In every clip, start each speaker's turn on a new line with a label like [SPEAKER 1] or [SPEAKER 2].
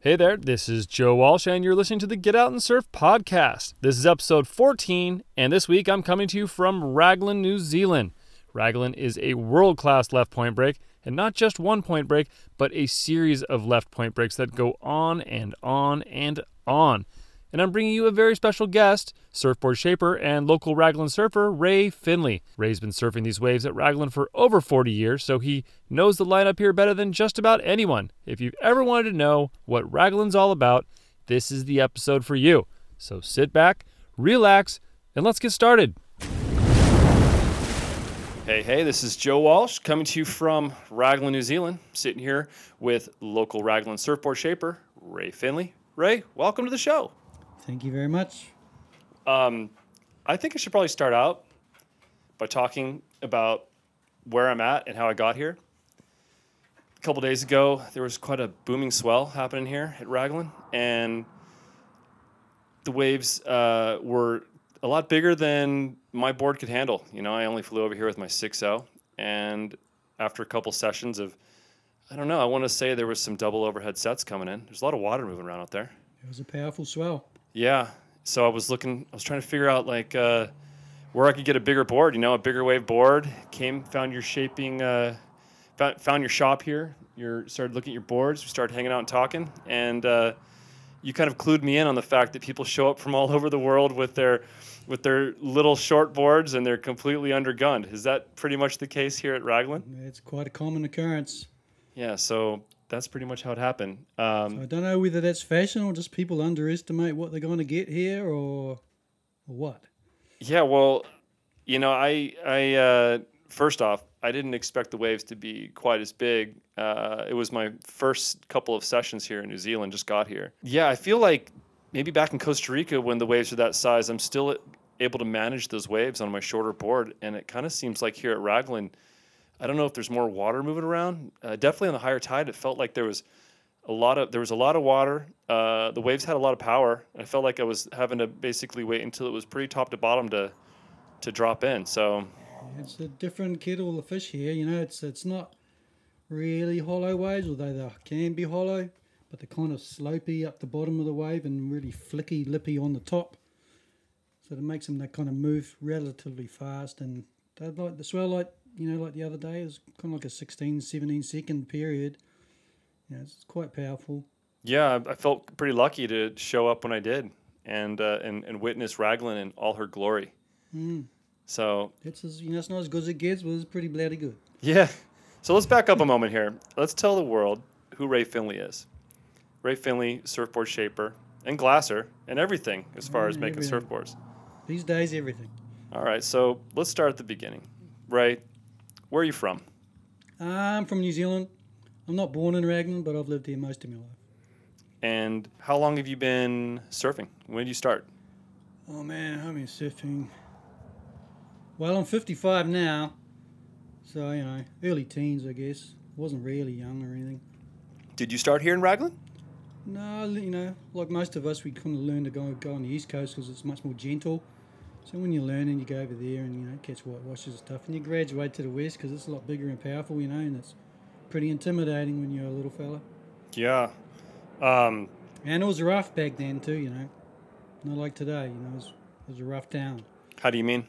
[SPEAKER 1] Hey there, this is Joe Walsh, and you're listening to the Get Out and Surf podcast. This is episode 14, and this week I'm coming to you from Raglan, New Zealand. Raglan is a world class left point break, and not just one point break, but a series of left point breaks that go on and on and on. And I'm bringing you a very special guest, surfboard shaper and local Raglan surfer, Ray Finley. Ray's been surfing these waves at Raglan for over 40 years, so he knows the lineup here better than just about anyone. If you've ever wanted to know what Raglan's all about, this is the episode for you. So sit back, relax, and let's get started. Hey, hey, this is Joe Walsh coming to you from Raglan, New Zealand, sitting here with local Raglan surfboard shaper, Ray Finley. Ray, welcome to the show.
[SPEAKER 2] Thank you very much.
[SPEAKER 1] Um, I think I should probably start out by talking about where I'm at and how I got here. A couple days ago, there was quite a booming swell happening here at Raglan, and the waves uh, were a lot bigger than my board could handle. You know, I only flew over here with my 6.0, and after a couple sessions of, I don't know, I want to say there was some double overhead sets coming in. There's a lot of water moving around out there.
[SPEAKER 2] It was a powerful swell.
[SPEAKER 1] Yeah. So I was looking, I was trying to figure out like uh, where I could get a bigger board, you know, a bigger wave board. Came, found your shaping, uh, found, found your shop here. You started looking at your boards. We started hanging out and talking. And uh, you kind of clued me in on the fact that people show up from all over the world with their with their little short boards and they're completely undergunned. Is that pretty much the case here at Raglan?
[SPEAKER 2] It's quite a common occurrence.
[SPEAKER 1] Yeah. So that's pretty much how it happened.
[SPEAKER 2] So
[SPEAKER 1] Um,
[SPEAKER 2] I don't know whether that's fashion or just people underestimate what they're going to get here or, or what.
[SPEAKER 1] Yeah, well, you know, I I uh, first off, I didn't expect the waves to be quite as big. Uh, it was my first couple of sessions here in New Zealand. Just got here. Yeah, I feel like maybe back in Costa Rica when the waves are that size, I'm still able to manage those waves on my shorter board, and it kind of seems like here at Raglan, I don't know if there's more water moving around. Uh, definitely on the higher tide, it felt like there was a lot of there was a lot of water. Uh, the waves had a lot of power. I felt like I was having to basically wait until it was pretty top to bottom to to drop in. So
[SPEAKER 2] It's a different kettle of fish here. You know, it's it's not really hollow waves, although they can be hollow, but they're kind of slopey up the bottom of the wave and really flicky, lippy on the top. So it makes them they kind of move relatively fast and they like the swell like you know like the other day it was kind of like a 16, 17 second period. You know, it's quite powerful.
[SPEAKER 1] yeah, I I felt pretty lucky to show up when I did and uh, and and witness Raglan in all her glory.
[SPEAKER 2] Mm.
[SPEAKER 1] So
[SPEAKER 2] It's as, you know, it's not as good as it gets, but it's pretty bloody good.
[SPEAKER 1] yeah, so let's back up a moment here. Let's tell the world who Ray Finley is. Ray Finley, surfboard shaper and glasser and everything as far as
[SPEAKER 2] Mm,
[SPEAKER 1] making
[SPEAKER 2] everything.
[SPEAKER 1] surfboards.
[SPEAKER 2] These days, everything.
[SPEAKER 1] All right, so let's start at the beginning. Ray, where are you from?
[SPEAKER 2] I'm from New Zealand. I'm not born in Raglan, but I've lived here most of my life.
[SPEAKER 1] And how long have you been surfing? When did you start?
[SPEAKER 2] Oh man, how many surfing? Well, I'm 55 now, so you know, early teens, I guess. Wasn't really young or anything.
[SPEAKER 1] Did you start here in Raglan?
[SPEAKER 2] No, you know, like most of us, we kind of learn to go go on the east coast because it's much more gentle. So when you're learning, you go over there and you know catch whitewashes and stuff, and you graduate to the west because it's a lot bigger and powerful, you know, and it's pretty intimidating when you're a little fella.
[SPEAKER 1] Yeah. Um,
[SPEAKER 2] And it was rough back then too, you know. Not like today, you know, it was, it was a rough town.
[SPEAKER 1] how do you mean?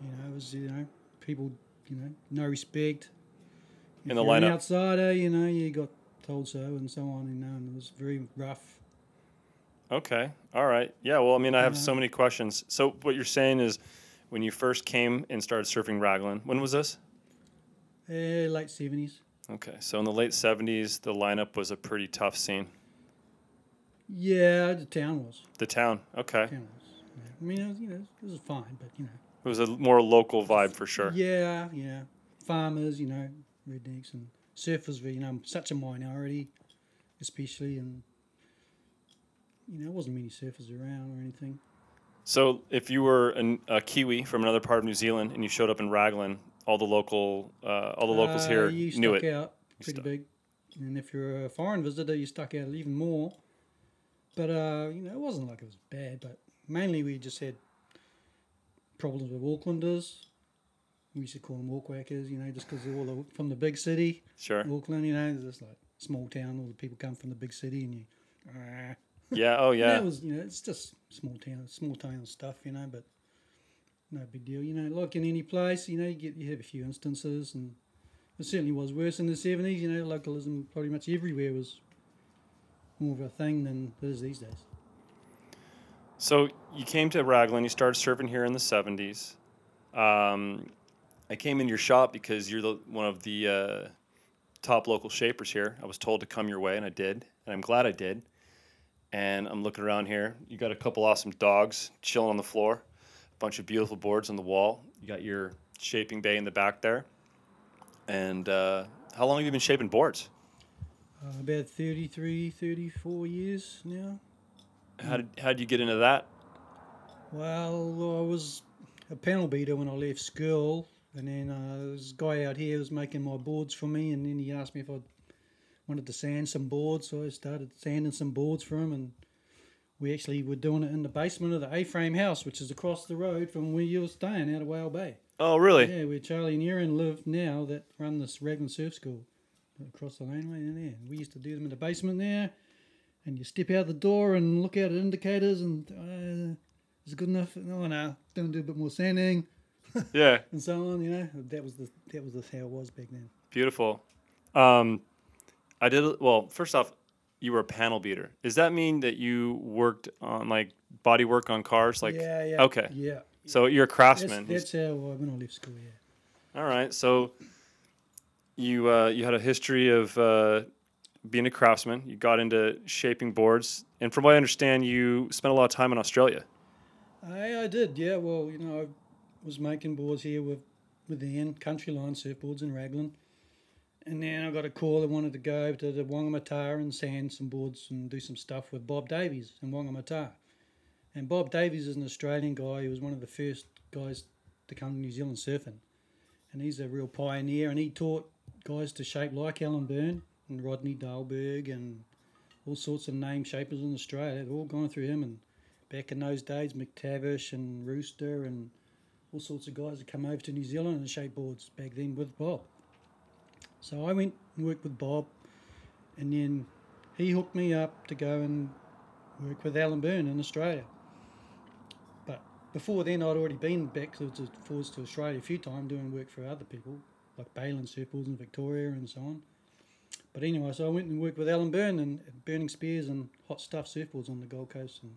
[SPEAKER 2] You know, it was you know, people, you know, no respect.
[SPEAKER 1] In the
[SPEAKER 2] you're an
[SPEAKER 1] lineup.
[SPEAKER 2] outsider, you know, you got told so and so on, you know, and it was very rough.
[SPEAKER 1] Okay. All right. Yeah. Well, I mean, I have
[SPEAKER 2] Yeah.
[SPEAKER 1] so many questions. So, what you're saying is when you first came and started surfing Raglan, when was this?
[SPEAKER 2] Eh, late seventies.
[SPEAKER 1] Okay. So, in the late 70s, the lineup was a pretty tough scene.
[SPEAKER 2] Yeah, the town was.
[SPEAKER 1] The town. Okay.
[SPEAKER 2] town was you know. I mean, it was, you know, it was fine, but you know,
[SPEAKER 1] It was a more local vibe for sure.
[SPEAKER 2] yeah, yeah, farmers, you know, rednecks and surfers were, you know, such a minority, especially, and you know, there wasn't many surfers around or anything.
[SPEAKER 1] So, if you were an, a Kiwi from another part of New Zealand and you showed up in Raglan, all the local, uh, all the locals
[SPEAKER 2] Uh,
[SPEAKER 1] here
[SPEAKER 2] you
[SPEAKER 1] knew
[SPEAKER 2] stuck
[SPEAKER 1] it.
[SPEAKER 2] out pretty
[SPEAKER 1] stuck-
[SPEAKER 2] big. And if you're a foreign visitor, you stuck out even more. But uh, you know, it wasn't like it was bad. But mainly, we just had problems with Aucklanders. We used to call them Auckwackers, you know, just because they're all the- from the big city,
[SPEAKER 1] Sure.
[SPEAKER 2] Auckland. You know, it's just like small town. All the people come from the big city, and you "Ah."
[SPEAKER 1] Yeah. Oh
[SPEAKER 2] That
[SPEAKER 1] yeah.
[SPEAKER 2] was you know it's just small town small town stuff you know but no big deal you know like in any place you know you get you have a few instances and it certainly was worse in the seventies you know localism pretty much everywhere was more of a thing than it is these days.
[SPEAKER 1] So you came to Raglan. You started surfing here in the '70s. Um, I came in your shop because you're the, one of the uh, top local shapers here. I was told to come your way, and I did, and I'm glad I did. And I'm looking around here. You got a couple awesome dogs chilling on the floor, a bunch of beautiful boards on the wall. You got your shaping bay in the back there. And uh, how long have you been shaping boards?
[SPEAKER 2] Uh, about 33, 34 years now.
[SPEAKER 1] How did how did you get into that?
[SPEAKER 2] Well, I was a panel beater when I left school, and then uh, this guy out here was making my boards for me, and then he asked me if I wanted to sand some boards, so I started sanding some boards for him, and we actually were doing it in the basement of the A-frame house, which is across the road from where you're staying out of Whale Bay.
[SPEAKER 1] Oh, really?
[SPEAKER 2] Yeah, where Charlie and Erin live now that run this Raglan Surf School across the laneway in there. And we used to do them in the basement there. And you step out the door and look out at indicators and uh, is it good enough? No, no, don't do a bit more sanding
[SPEAKER 1] yeah.
[SPEAKER 2] and so on. You know that was the that was the how it was back then.
[SPEAKER 1] Beautiful. Um, I did well. First off, you were a panel beater. Does that mean that you worked on like body work on cars? Like,
[SPEAKER 2] yeah, yeah,
[SPEAKER 1] okay.
[SPEAKER 2] yeah.
[SPEAKER 1] so you're a
[SPEAKER 2] That's,
[SPEAKER 1] craftsman.
[SPEAKER 2] that's how I, when I left school. Yeah,
[SPEAKER 1] All right. So you uh, you had a history of uh, being a craftsman. You got into shaping boards, and from what I understand, you spent a lot of time in Australia.
[SPEAKER 2] I, I did. Yeah, well, you know, I was making boards here with with Ian, Country Line surfboards in Raglan. And then I got a call that wanted to go to the Wangamata and sand some boards and do some stuff with Bob Davies in Wangamata. And Bob Davies is an Australian guy. He was one of the first guys to come to New Zealand surfing. And he's a real pioneer. And he taught guys to shape like Alan Byrne and Rodney Dahlberg and all sorts of name shapers in Australia. They've all gone through him. And back in those days, McTavish and Rooster and all sorts of guys had come over to New Zealand and shape boards back then with Bob. So I went and worked with Bob, and then he hooked me up to go and work with Alan Byrne in Australia. But before then, I'd already been back to, to forwards to Australia a few times doing work for other people, like Balin Circles in Victoria and so on. But anyway, so I went and worked with Alan Byrne and at Burning Spears and Hot Stuff Surfboards on the Gold Coast, and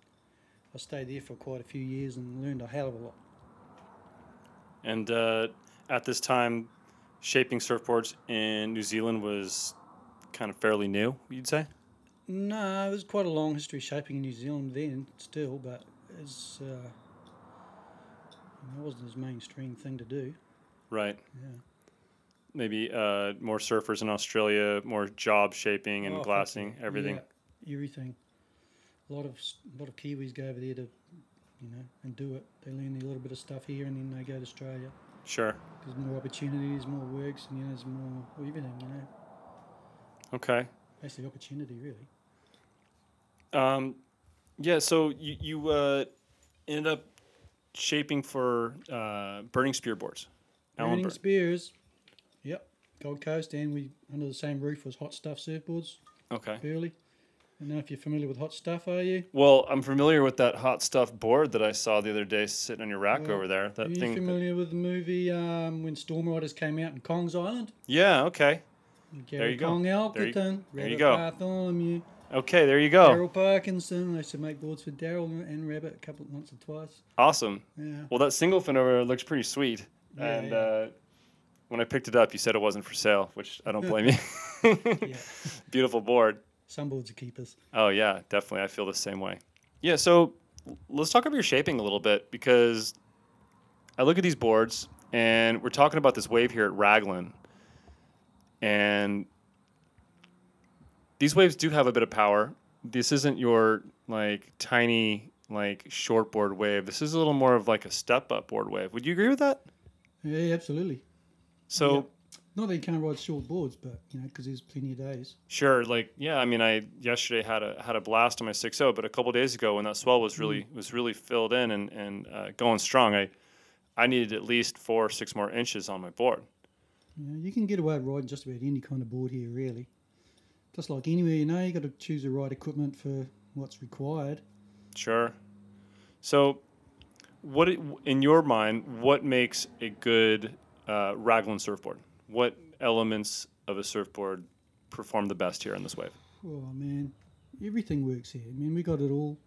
[SPEAKER 2] I stayed there for quite a few years and learned a hell of a lot.
[SPEAKER 1] And uh, at this time, shaping surfboards in New Zealand was kind of fairly new. You'd say.
[SPEAKER 2] No, it was quite a long history shaping in New Zealand then, still, but it's uh, it wasn't his mainstream thing to do.
[SPEAKER 1] Right.
[SPEAKER 2] Yeah.
[SPEAKER 1] Maybe uh, more surfers in Australia, more job shaping and
[SPEAKER 2] Oh,
[SPEAKER 1] glassing,
[SPEAKER 2] fucking-
[SPEAKER 1] everything.
[SPEAKER 2] yeah, everything. A lot of s- a lot of Kiwis go over there to, you know, and do it. They learn a little bit of stuff here, and then they go to Australia.
[SPEAKER 1] Sure.
[SPEAKER 2] There's more opportunities, more works, and you know, there's more well, everything. You know,
[SPEAKER 1] Okay.
[SPEAKER 2] basically opportunity, really.
[SPEAKER 1] Um, yeah. So you you uh, ended up shaping for uh, burning spear boards. Alan
[SPEAKER 2] Burning
[SPEAKER 1] Bur-
[SPEAKER 2] Spears. Yep. Gold Coast, and we under the same roof was Hot Stuff Surfboards,
[SPEAKER 1] okay.
[SPEAKER 2] Burley. And now, if you're familiar with Hot Stuff, are you?
[SPEAKER 1] Well, I'm familiar with that hot stuff board that I saw the other day sitting on your rack
[SPEAKER 2] Well,
[SPEAKER 1] over there. That
[SPEAKER 2] Are you
[SPEAKER 1] thing. that-
[SPEAKER 2] familiar with the movie um, when Storm Riders came out in Kong's Island?
[SPEAKER 1] yeah. Okay.
[SPEAKER 2] Gary
[SPEAKER 1] you go.
[SPEAKER 2] Kong
[SPEAKER 1] There you-
[SPEAKER 2] Alperton,
[SPEAKER 1] there you
[SPEAKER 2] Rabbit
[SPEAKER 1] go. Oh.
[SPEAKER 2] Bartholomew,
[SPEAKER 1] Okay. There you go.
[SPEAKER 2] Daryl Parkinson. I used to make boards for Daryl and Rabbit a couple once or twice.
[SPEAKER 1] Awesome.
[SPEAKER 2] Yeah.
[SPEAKER 1] Well, that single fin over there looks pretty sweet.
[SPEAKER 2] Yeah,
[SPEAKER 1] and
[SPEAKER 2] yeah.
[SPEAKER 1] Uh, when I picked it up, you said it wasn't for sale, which I don't blame you.
[SPEAKER 2] Yeah.
[SPEAKER 1] Beautiful board.
[SPEAKER 2] Some boards are keepers.
[SPEAKER 1] Oh yeah, definitely. I feel the same way. Yeah. So l- let's talk about your shaping a little bit because I look at these boards and we're talking about this wave here at Raglan, and these waves do have a bit of power. This isn't your like tiny like short board wave. This is a little more of like a step up board wave. Would you agree with that?
[SPEAKER 2] Yeah, absolutely.
[SPEAKER 1] So.
[SPEAKER 2] Yeah. Not that you can't ride short boards, but you know, because there's plenty of days.
[SPEAKER 1] Sure, like yeah, I mean, I yesterday had a had a blast on my six zero, but a couple days ago when that swell was really was really filled in and and uh, going strong, I I needed at least four or six more inches on my board.
[SPEAKER 2] You, know, you can get away with riding just about any kind of board here, really. just like anywhere, you know, you got to choose the right equipment for what's required.
[SPEAKER 1] Sure. So, what it- in your mind? What makes a good uh, Raglan surfboard? What elements of a surfboard perform the best here on this wave?
[SPEAKER 2] Oh man, everything works here. I mean, we got it all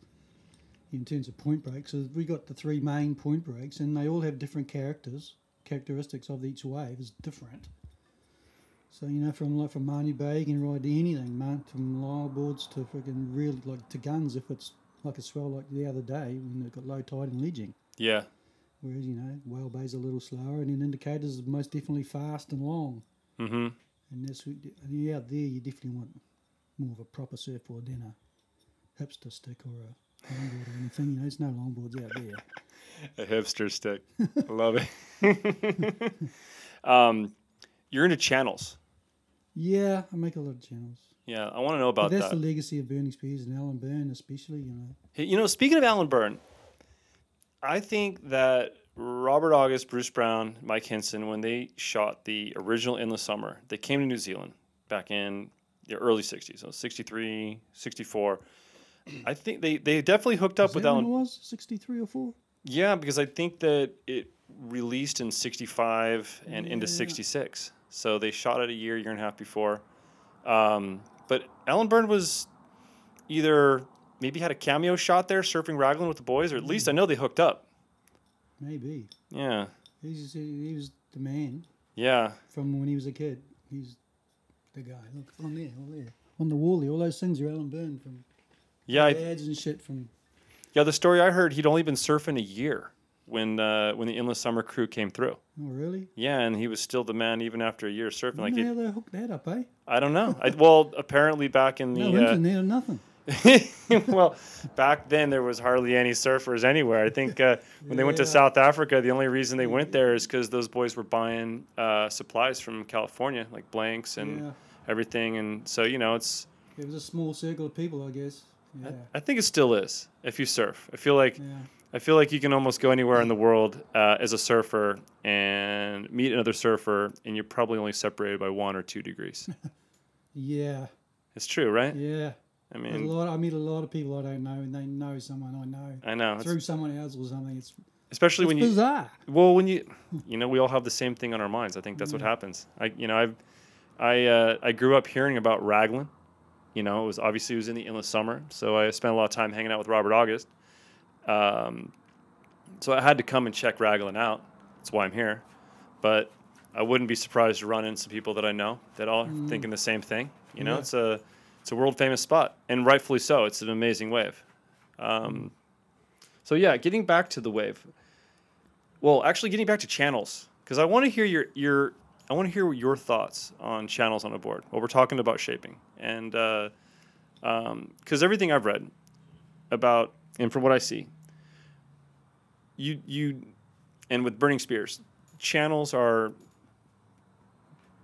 [SPEAKER 2] in terms of point breaks. So we got the three main point breaks, and they all have different characters, characteristics of each wave is different. So you know, from like from Marnie Bay, you can ride to anything, man, from lyre boards to freaking really like to guns. If it's like a swell like the other day when it got low tide and ledging,
[SPEAKER 1] Yeah,
[SPEAKER 2] whereas you know Whale Bay's a little slower, and then indicators are most definitely fast and long.
[SPEAKER 1] Mm-hmm.
[SPEAKER 2] And that's what, and you're out there, you definitely want more of a proper surfboard than a hipster stick or a longboard or anything. You know, there's no longboards out there.
[SPEAKER 1] A hipster stick. I love it. um, you're into channels.
[SPEAKER 2] Yeah, I make a lot of channels.
[SPEAKER 1] Yeah, I want to know
[SPEAKER 2] But
[SPEAKER 1] about
[SPEAKER 2] that's
[SPEAKER 1] that.
[SPEAKER 2] the legacy of Bernie Spears and Alan Byrne, especially, you know.
[SPEAKER 1] Hey, You know, speaking of Alan Byrne, I think that Robert August, Bruce Brown, Mike Henson, when they shot the original Endless Summer, they came to New Zealand back in the early 60s, so 63, 64. I think they, they definitely hooked up
[SPEAKER 2] Is
[SPEAKER 1] with
[SPEAKER 2] that when
[SPEAKER 1] Alan.
[SPEAKER 2] it was? 63 or 4?
[SPEAKER 1] Yeah, because I think that it released in 65 and into
[SPEAKER 2] Yeah.
[SPEAKER 1] 66. So they shot it a year, year and a half before. Um, but Alan Byrne was either maybe had a cameo shot there surfing Raglan with the boys, or at least I
[SPEAKER 2] Hmm.
[SPEAKER 1] know they hooked up.
[SPEAKER 2] Maybe.
[SPEAKER 1] Yeah.
[SPEAKER 2] He's, he was the man
[SPEAKER 1] Yeah.
[SPEAKER 2] from when he was a kid. He's the guy. Look, on there, all there. On the wall there. All those things are Alan Byrne from
[SPEAKER 1] Yeah. I,
[SPEAKER 2] ads and shit from.
[SPEAKER 1] yeah. The story I heard, he'd only been surfing a year when, uh, when the Endless Summer crew came through.
[SPEAKER 2] Oh, really?
[SPEAKER 1] Yeah. And he was still the man even after a year of surfing.
[SPEAKER 2] I
[SPEAKER 1] Like,
[SPEAKER 2] don't know
[SPEAKER 1] it,
[SPEAKER 2] how they hooked that up, eh?
[SPEAKER 1] I don't know. I, well, apparently back in the.
[SPEAKER 2] No
[SPEAKER 1] uh,
[SPEAKER 2] internet or nothing.
[SPEAKER 1] well, back then there was hardly any surfers anywhere. I think uh, when they went to
[SPEAKER 2] Yeah. Mm-hmm.
[SPEAKER 1] South Africa, the only reason they went there is because those boys were buying uh, supplies from California, like blanks and
[SPEAKER 2] Yeah.
[SPEAKER 1] everything. And so you know, it's
[SPEAKER 2] It was a small circle of people, I guess. Yeah.
[SPEAKER 1] I think it still is if you surf. I feel like
[SPEAKER 2] Yeah.
[SPEAKER 1] I feel like you can almost go anywhere in the world uh, as a surfer and meet another surfer, and you're probably only separated by one or two degrees.
[SPEAKER 2] Yeah.
[SPEAKER 1] it's true, right?
[SPEAKER 2] Yeah.
[SPEAKER 1] I
[SPEAKER 2] A
[SPEAKER 1] mean,
[SPEAKER 2] lot I meet a lot of people I don't know and they know someone I know.
[SPEAKER 1] I know, it's,
[SPEAKER 2] Through someone else or something. It's,
[SPEAKER 1] especially
[SPEAKER 2] it's
[SPEAKER 1] when you
[SPEAKER 2] bizarre.
[SPEAKER 1] Well, when you, you know, we all have the same thing on our minds. I think that's what happens. I, you know, I've, I, uh, I grew up hearing about Raglan. You know, it was obviously it was in the endless summer, so I spent a lot of time hanging out with Robert August. Um, so I had to come and check Raglan out. That's why I'm here. But I wouldn't be surprised to run into some people that I know that all are thinking the same thing. You know,
[SPEAKER 2] Yeah.
[SPEAKER 1] it's a, it's a world famous spot, and rightfully so. It's an amazing wave. Um, so yeah, getting back to the wave. Well, actually, getting back to channels because I want to hear your your I want to hear your thoughts on channels on a board. Well, we're talking about shaping, and because uh, um 'cause everything I've read about and from what I see, you you and with Burning Spears, channels are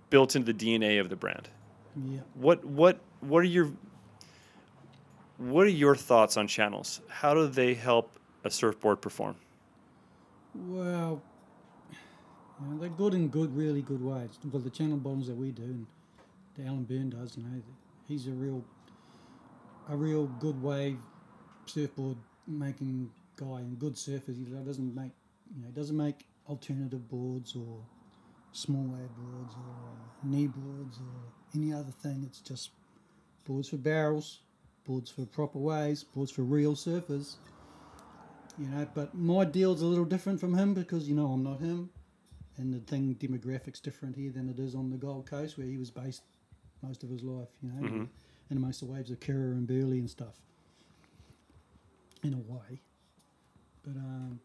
[SPEAKER 1] built into the DNA of the brand.
[SPEAKER 2] Yeah.
[SPEAKER 1] What what what are your what are your thoughts on channels? How do they help a surfboard perform?
[SPEAKER 2] Well, you know, they're good in good, really good ways. Well, the channel bottoms that we do and that Alan Byrne does, you know, he's a real, a real good wave surfboard making guy and good surfers. He doesn't make, you know, doesn't make alternative boards or small wave boards or knee boards or any other thing. It's just boards for barrels, boards for proper waves, boards for real surfers you know. But my deal's a little different from him because you know I'm not him, and the thing demographics different here than it is on the Gold Coast where he was based most of his life, you know, and most of the waves of Kira and Burley and stuff. In a way, but um,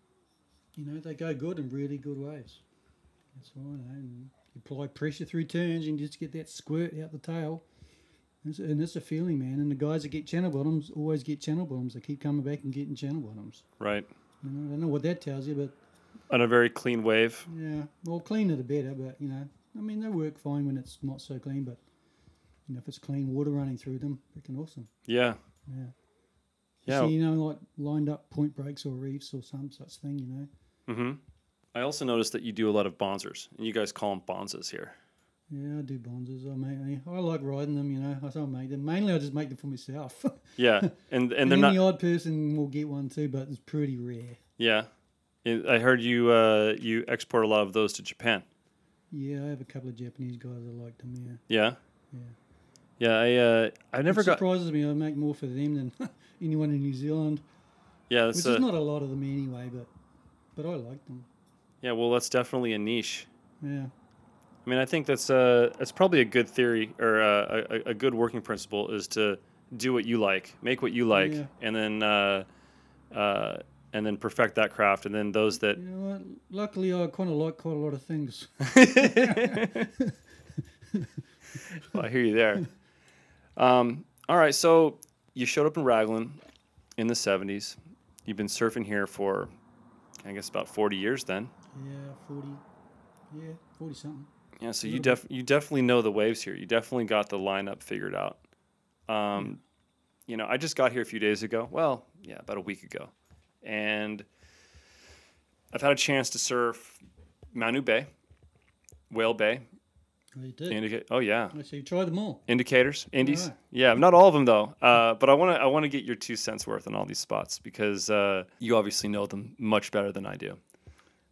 [SPEAKER 2] you know they go good in really good waves. That's all I know. And you apply pressure through turns and you just get that squirt out the tail. And it's, and it's a feeling, man. And the guys that get channel bottoms always get channel bottoms. They keep coming back and getting channel bottoms.
[SPEAKER 1] Right.
[SPEAKER 2] You know, I don't know what that tells you, but
[SPEAKER 1] On a very clean wave.
[SPEAKER 2] yeah, well, cleaner the better. But you know, I mean, they work fine when it's not so clean. But you know, if it's clean water running through them, freaking awesome.
[SPEAKER 1] Yeah.
[SPEAKER 2] Yeah.
[SPEAKER 1] Yeah.
[SPEAKER 2] So, you know, like lined up point breaks or reefs or some such thing. You know.
[SPEAKER 1] Mm-hmm. I also noticed that you do a lot of bonzers, and you guys call them bonzes here.
[SPEAKER 2] Yeah, I do bonzes. I make, I like riding them. You know, I don't make them. Mainly, I just make them for myself.
[SPEAKER 1] Yeah, and and they're
[SPEAKER 2] any
[SPEAKER 1] not.
[SPEAKER 2] odd person will get one too, but it's pretty rare.
[SPEAKER 1] Yeah, I I heard you uh, you export a lot of those to Japan.
[SPEAKER 2] Yeah, I have a couple of Japanese guys that like them. Yeah,
[SPEAKER 1] Yeah.
[SPEAKER 2] Yeah.
[SPEAKER 1] Yeah, I uh, I never
[SPEAKER 2] it
[SPEAKER 1] got.
[SPEAKER 2] surprises me. I make more for them than anyone in New Zealand,
[SPEAKER 1] Yeah,
[SPEAKER 2] which
[SPEAKER 1] that's a,
[SPEAKER 2] is not a lot of them anyway. But but I like them.
[SPEAKER 1] yeah. Well, that's definitely a niche.
[SPEAKER 2] Yeah,
[SPEAKER 1] I mean, I think that's uh, that's probably a good theory or uh, a, a- a good working principle is to do what you like, make what you like,
[SPEAKER 2] Yeah.
[SPEAKER 1] and then uh, uh, and then perfect that craft, and then those that
[SPEAKER 2] you know what? Luckily, I kind of like quite a lot of things.
[SPEAKER 1] Well, I hear you there. Um, all right, so you showed up in Raglan in the '70s. You've been surfing here for, I guess, about 40 years then.
[SPEAKER 2] yeah, forty. Yeah, forty something.
[SPEAKER 1] Yeah, so you
[SPEAKER 2] Little
[SPEAKER 1] def you definitely know the waves here. You definitely got the lineup figured out. Um, You know, I just got here a few days ago. Well, yeah, about a week ago, and I've had a chance to surf Manu Bay, Whale Bay.
[SPEAKER 2] Oh, you did.
[SPEAKER 1] Indica- oh yeah,
[SPEAKER 2] Oh, so you tried them all.
[SPEAKER 1] indicators, indies.
[SPEAKER 2] Alright.
[SPEAKER 1] Yeah, not all of them though. Uh, but I want to I want to get your two cents worth on all these spots because uh, you obviously know them much better than I do.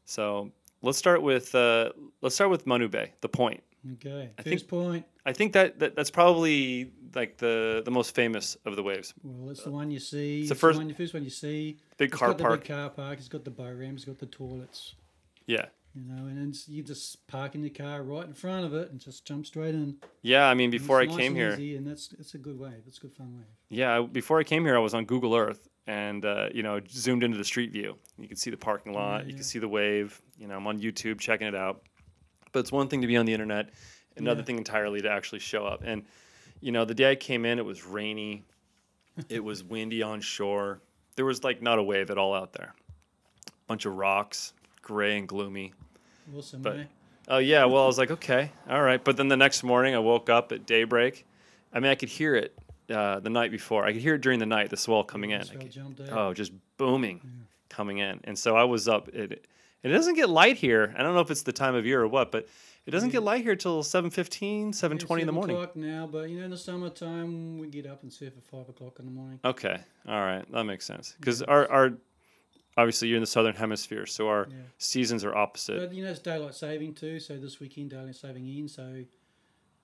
[SPEAKER 1] So let's start with uh, let's start with Manu Bay, the point.
[SPEAKER 2] Okay. First
[SPEAKER 1] think-
[SPEAKER 2] point.
[SPEAKER 1] I think that, that that's probably like the the most famous of the waves.
[SPEAKER 2] Well, it's the one you see.
[SPEAKER 1] the
[SPEAKER 2] It's
[SPEAKER 1] first-
[SPEAKER 2] the one, the first one you see.
[SPEAKER 1] Big
[SPEAKER 2] It's
[SPEAKER 1] car
[SPEAKER 2] got
[SPEAKER 1] park.
[SPEAKER 2] The big car park. It's got the bow ramps. It's got the toilets.
[SPEAKER 1] Yeah.
[SPEAKER 2] You know, and it's, you just park in your car right in front of it and just jump straight in.
[SPEAKER 1] Yeah, I mean
[SPEAKER 2] And
[SPEAKER 1] before I
[SPEAKER 2] it's nice
[SPEAKER 1] came
[SPEAKER 2] and
[SPEAKER 1] here,
[SPEAKER 2] easy, and that's it's a good wave. It's a good fun wave.
[SPEAKER 1] yeah, I, before I came here I was on Google Earth and uh, you know, zoomed into the street view. You can see the parking lot, you
[SPEAKER 2] yeah.
[SPEAKER 1] can see the wave, you know, I'm on YouTube checking it out. But it's one thing to be on the internet, another
[SPEAKER 2] Yeah.
[SPEAKER 1] thing entirely to actually show up. And you know, the day I came in it was rainy. it was windy on shore. There was like not a wave at all out there. Bunch of rocks, gray and gloomy.
[SPEAKER 2] Awesome,
[SPEAKER 1] But-
[SPEAKER 2] eh?
[SPEAKER 1] Oh yeah, well I was like, okay, all right. But then the next morning I woke up at daybreak. I mean, I could hear it uh, the night before. I could hear it during the night, the swell coming in. I
[SPEAKER 2] Swell
[SPEAKER 1] could-
[SPEAKER 2] jumped out.
[SPEAKER 1] oh, just booming coming in. And so I was up. It it doesn't get light here. I don't know if it's the time of year or what, but it doesn't get light here till 7.15, 7.20 in the
[SPEAKER 2] Mm. Seven
[SPEAKER 1] morning.
[SPEAKER 2] O'clock now, but you know, in the summertime, we get up and surf at five o'clock in the morning.
[SPEAKER 1] Okay, all right, that makes sense. Because our our obviously you're in the southern hemisphere, so our
[SPEAKER 2] Yeah.
[SPEAKER 1] seasons are opposite.
[SPEAKER 2] But you know, it's daylight saving too. So this weekend, daylight saving in. So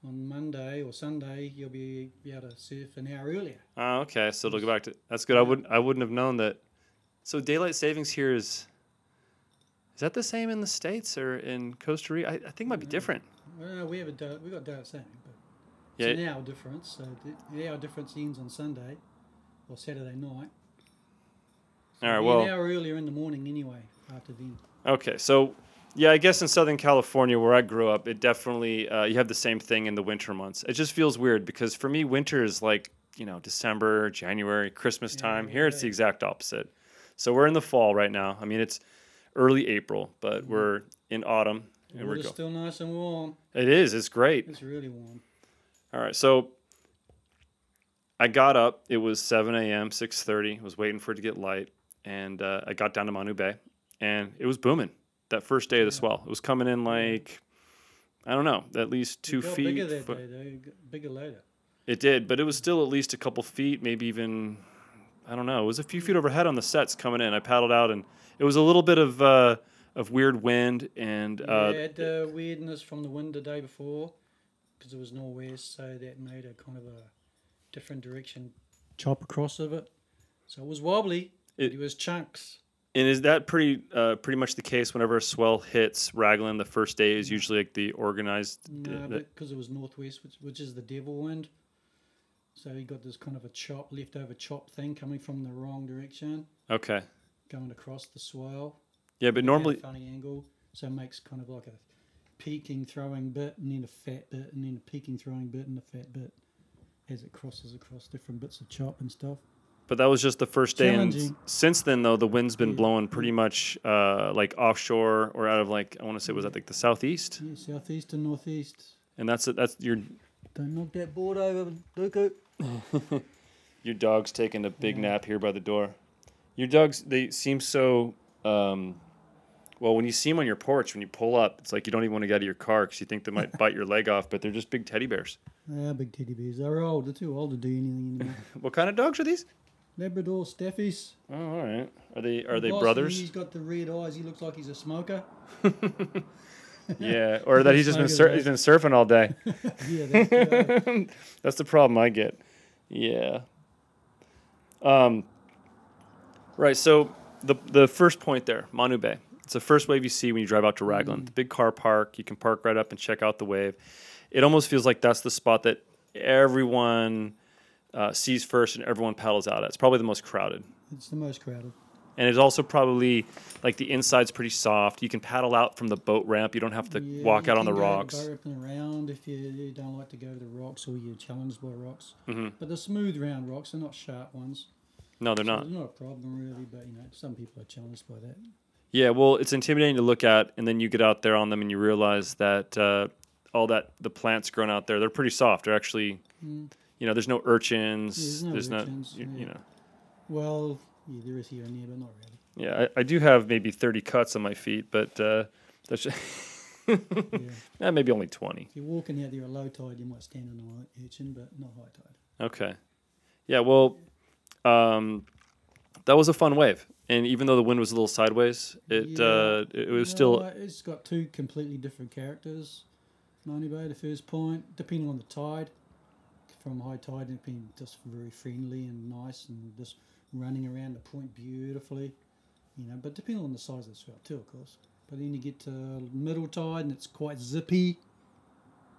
[SPEAKER 2] on Monday or Sunday, you'll be, be able to surf an hour earlier.
[SPEAKER 1] Oh, okay. So it'll go back to that's good. I wouldn't I wouldn't have known that. So daylight savings here is is that the same in the states or in Costa Rica? I, I think it might be different.
[SPEAKER 2] Well, we have a day, we got daylight saving, but
[SPEAKER 1] Yeah.
[SPEAKER 2] it's an hour difference. So the, the hour difference ends on Sunday or Saturday night.
[SPEAKER 1] All right.
[SPEAKER 2] Be an
[SPEAKER 1] Well.
[SPEAKER 2] hour earlier in the morning anyway. After then,
[SPEAKER 1] Okay. So yeah, I guess in Southern California where I grew up, it definitely uh, you have the same thing in the winter months. It just feels weird because for me, winter is like you know December, January, Christmas time. Here it's the exact opposite. So we're in the fall right now. I mean, it's early April, but we're in autumn and we're
[SPEAKER 2] water's
[SPEAKER 1] go-
[SPEAKER 2] still nice and warm.
[SPEAKER 1] It is. It's great.
[SPEAKER 2] It's really warm.
[SPEAKER 1] All right, so I got up. It was 7 a.m., 6:30. Was waiting for it to get light, and uh, I got down to Manu Bay, and it was booming. That first day of the swell, it was coming in like I don't know, at least two
[SPEAKER 2] it got
[SPEAKER 1] feet.
[SPEAKER 2] bigger that
[SPEAKER 1] foot-
[SPEAKER 2] day though. It got Bigger later.
[SPEAKER 1] It did, but it was still at least a couple feet, maybe even I don't know. It was a few feet
[SPEAKER 2] Mm.
[SPEAKER 1] overhead on the sets coming in. I paddled out, and it was a little bit of uh, of weird wind and uh,
[SPEAKER 2] yeah, it had the weirdness from the wind the day before because it was northwest, so that made a kind of a different direction chop across of it. So it was wobbly. but
[SPEAKER 1] It-
[SPEAKER 2] It, was chunks.
[SPEAKER 1] And is that pretty uh, pretty much the case whenever a swell hits Raglan? The first day is usually like the organized.
[SPEAKER 2] No,
[SPEAKER 1] the-
[SPEAKER 2] but because it was northwest, which, which is the devil wind. So you got this kind of a chop, leftover chop thing coming from the wrong direction,
[SPEAKER 1] okay,
[SPEAKER 2] going across the swell.
[SPEAKER 1] yeah, but
[SPEAKER 2] at a
[SPEAKER 1] normally,
[SPEAKER 2] funny angle, so it makes kind of like a peaking throwing bit and then a fat bit and then a peaking throwing bit and a fat bit as it crosses across different bits of chop and stuff.
[SPEAKER 1] but that was just the first day, and s-
[SPEAKER 2] Challenging.
[SPEAKER 1] since then though the wind's been blowing pretty much uh, like offshore or out of like I want to say was that like the southeast,
[SPEAKER 2] Yeah, southeast and northeast.
[SPEAKER 1] and that's that's your
[SPEAKER 2] Don't knock that board over, Dooku.
[SPEAKER 1] your dog's taking a big nap here by the door. Your dogs they seem so um, Well, when you see them on your porch, when you pull up, it's like you don't even want to get out of your car because you think they might bite your leg off, but they're just big teddy bears.
[SPEAKER 2] Ah, big teddy bears. They're old. They're too old to do anything anymore.
[SPEAKER 1] What kind of dogs are these?
[SPEAKER 2] Labrador staffies.
[SPEAKER 1] Oh, all right. Are they are they
[SPEAKER 2] Boston,
[SPEAKER 1] brothers?
[SPEAKER 2] He's got the red eyes. He looks like he's a smoker.
[SPEAKER 1] Yeah, or that he's just been
[SPEAKER 2] Smoking
[SPEAKER 1] sur-
[SPEAKER 2] away.
[SPEAKER 1] he's been surfing all day.
[SPEAKER 2] Yeah, that's uh, the other.
[SPEAKER 1] That's the problem I get. Yeah. Um. Right. So the the first point there, Manu Bay. It's the first wave you see when you drive out to Raglan. The big car park. You can park right up and check out the wave. It almost feels like that's the spot that everyone uh, sees first and everyone paddles out at. It's probably the most crowded.
[SPEAKER 2] it's the most crowded.
[SPEAKER 1] and it's also probably like the inside's pretty soft. You can paddle out from the boat ramp. You don't have to
[SPEAKER 2] Yeah,
[SPEAKER 1] walk
[SPEAKER 2] you
[SPEAKER 1] out on the
[SPEAKER 2] can go
[SPEAKER 1] rocks.
[SPEAKER 2] Go up and around if you, you don't like to go to the rocks or you're challenged by rocks.
[SPEAKER 1] Mm-hmm.
[SPEAKER 2] But the smooth round rocks, they're not sharp ones.
[SPEAKER 1] No, they're not.
[SPEAKER 2] It's not a problem really, but you know, some people are challenged by that.
[SPEAKER 1] Yeah, well, it's intimidating to look at, and then you get out there on them and you realize that uh, all that the plants growing out there, they're pretty soft. They're actually, you know, there's no urchins.
[SPEAKER 2] Hmm. Yeah,
[SPEAKER 1] there's
[SPEAKER 2] there's no
[SPEAKER 1] not,
[SPEAKER 2] urchins,
[SPEAKER 1] you, you
[SPEAKER 2] yeah.
[SPEAKER 1] know.
[SPEAKER 2] Well, yeah, there is here and there, but not really.
[SPEAKER 1] Yeah, I, I do have maybe 30 cuts on my feet, but uh, that's
[SPEAKER 2] Yeah.
[SPEAKER 1] eh, maybe only 20.
[SPEAKER 2] If you're walking out there at low tide, you might stand on a urchin, but not high tide.
[SPEAKER 1] Okay. Yeah, well, um, that was a fun wave. And even though the wind was a little sideways, it
[SPEAKER 2] Yeah.
[SPEAKER 1] uh, it, it was
[SPEAKER 2] You know
[SPEAKER 1] still
[SPEAKER 2] what, It's got two completely different characters. Nani Bay, the first point, depending on the tide, from high tide, it'd be just very friendly and nice and just running around the point beautifully, you know. But depending on the size of the swell, too, of course. But then you get to middle tide and it's quite zippy,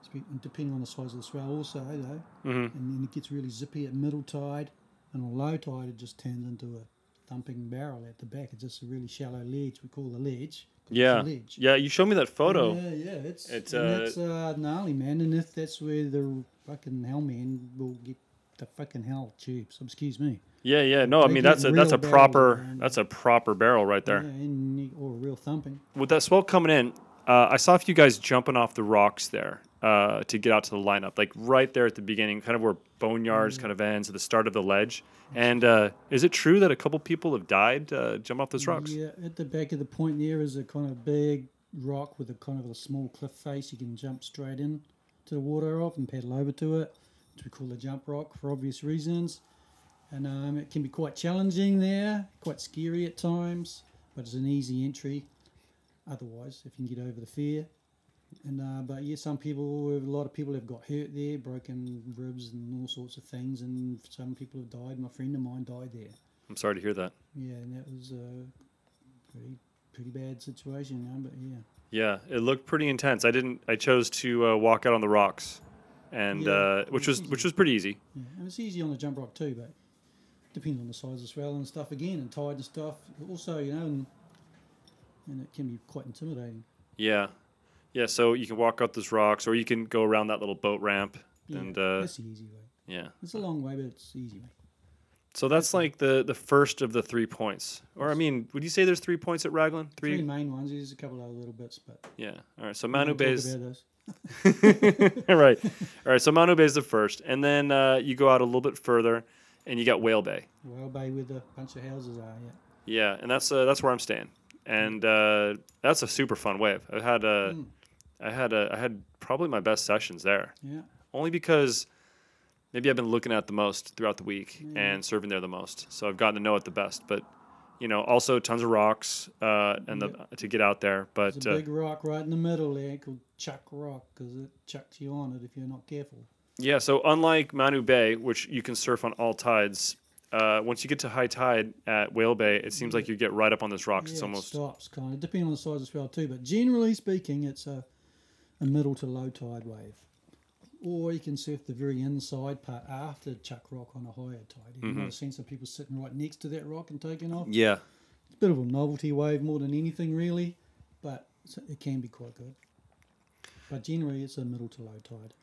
[SPEAKER 2] Spe- depending on the size of the swell, also, eh? though.
[SPEAKER 1] Mhm.
[SPEAKER 2] And then it gets really zippy at middle tide, and on low tide, it just turns into a thumping barrel at the back. It's just a really shallow ledge. We call the ledge. 'cause it's a
[SPEAKER 1] yeah
[SPEAKER 2] ledge.
[SPEAKER 1] yeah. You showed me that photo.
[SPEAKER 2] Yeah, yeah, it's
[SPEAKER 1] It's,
[SPEAKER 2] it's uh,
[SPEAKER 1] uh,
[SPEAKER 2] that's uh, gnarly, man. And if that's where the fucking hell man will get the fucking hell tubes, excuse me.
[SPEAKER 1] Yeah, yeah. No, I
[SPEAKER 2] They
[SPEAKER 1] mean
[SPEAKER 2] get
[SPEAKER 1] that's a that's
[SPEAKER 2] real
[SPEAKER 1] a
[SPEAKER 2] barrels,
[SPEAKER 1] proper
[SPEAKER 2] man.
[SPEAKER 1] that's a proper barrel right there.
[SPEAKER 2] Yeah, and you- or a real thumping.
[SPEAKER 1] With that swell coming in, uh, I saw a few guys jumping off the rocks there uh, to get out to the lineup, like right there at the beginning, kind of where Boneyards
[SPEAKER 2] Mm.
[SPEAKER 1] kind of ends at the start of the ledge. And uh, is it true that a couple people have died uh, jumping off those rocks?
[SPEAKER 2] Yeah, at the back of the point there is a kind of big rock with a kind of a small cliff face. You can jump straight in to the water off and paddle over to it, which we call the jump rock for obvious reasons. And um, it can be quite challenging there, quite scary at times, but it's an easy entry. Otherwise, if you can get over the fear. And uh, but yeah, some people, a lot of people have got hurt there, broken ribs and all sorts of things, and some people have died. My friend of mine died there.
[SPEAKER 1] I'm sorry to hear that.
[SPEAKER 2] Yeah, and that was a pretty pretty bad situation, you know, but yeah.
[SPEAKER 1] Yeah, it looked pretty intense. I didn't. I chose to uh, walk out on the rocks, and
[SPEAKER 2] Yeah,
[SPEAKER 1] uh,
[SPEAKER 2] it
[SPEAKER 1] which
[SPEAKER 2] was
[SPEAKER 1] was
[SPEAKER 2] easy.
[SPEAKER 1] which was pretty easy.
[SPEAKER 2] yeah. And it's easy on the jump rock too, but depends on the size as well and stuff again and tide and stuff. Also, you know, and, and it can be quite intimidating.
[SPEAKER 1] Yeah, yeah. So you can walk up those rocks, or you can go around that little boat ramp,
[SPEAKER 2] Yeah,
[SPEAKER 1] and uh,
[SPEAKER 2] that's the easy way.
[SPEAKER 1] yeah.
[SPEAKER 2] It's a long way, but it's the easy way.
[SPEAKER 1] So that's like the the first of the three points, or I mean, would you say there's three points at Raglan?
[SPEAKER 2] Three,
[SPEAKER 1] Three.
[SPEAKER 2] main ones. There's a couple other little bits, but
[SPEAKER 1] Yeah. All right. So
[SPEAKER 2] we
[SPEAKER 1] Manu
[SPEAKER 2] won't talk
[SPEAKER 1] Bay's
[SPEAKER 2] about those.
[SPEAKER 1] right. All right. So Manu Bay's the first, and then uh, you go out a little bit further, and you got Whale Bay.
[SPEAKER 2] Whale Bay where the bunch of houses are. Yeah.
[SPEAKER 1] Yeah, and that's uh, that's where I'm staying, and uh, that's a super fun wave. I had uh,
[SPEAKER 2] Hmm.
[SPEAKER 1] I had uh, I had probably my best sessions there,
[SPEAKER 2] Yeah.
[SPEAKER 1] only because maybe I've been looking at it the most throughout the week
[SPEAKER 2] Hmm.
[SPEAKER 1] and serving there the most, so I've gotten to know it the best. But you know, also tons of rocks uh, and the to get out there, but
[SPEAKER 2] There's a
[SPEAKER 1] uh,
[SPEAKER 2] big rock right in the middle there called Chuck Rock because it chucks you on it if you're not careful.
[SPEAKER 1] yeah. So unlike Manu Bay, which you can surf on all tides. Uh, once you get to high tide at Whale Bay, it seems like you get right up on those rocks.
[SPEAKER 2] Hmm. Yeah,
[SPEAKER 1] it's
[SPEAKER 2] it
[SPEAKER 1] almost
[SPEAKER 2] stops kind of depending on the size as well too. But generally speaking, it's a, a middle to low tide wave, or you can surf the very inside part after Chuck Rock on a higher tide. You
[SPEAKER 1] Mm-hmm.
[SPEAKER 2] might have seen some people sitting right next to that rock and taking off.
[SPEAKER 1] yeah,
[SPEAKER 2] It's a bit of a novelty wave more than anything really, but it's- it can be quite good. But generally, it's a middle to low tide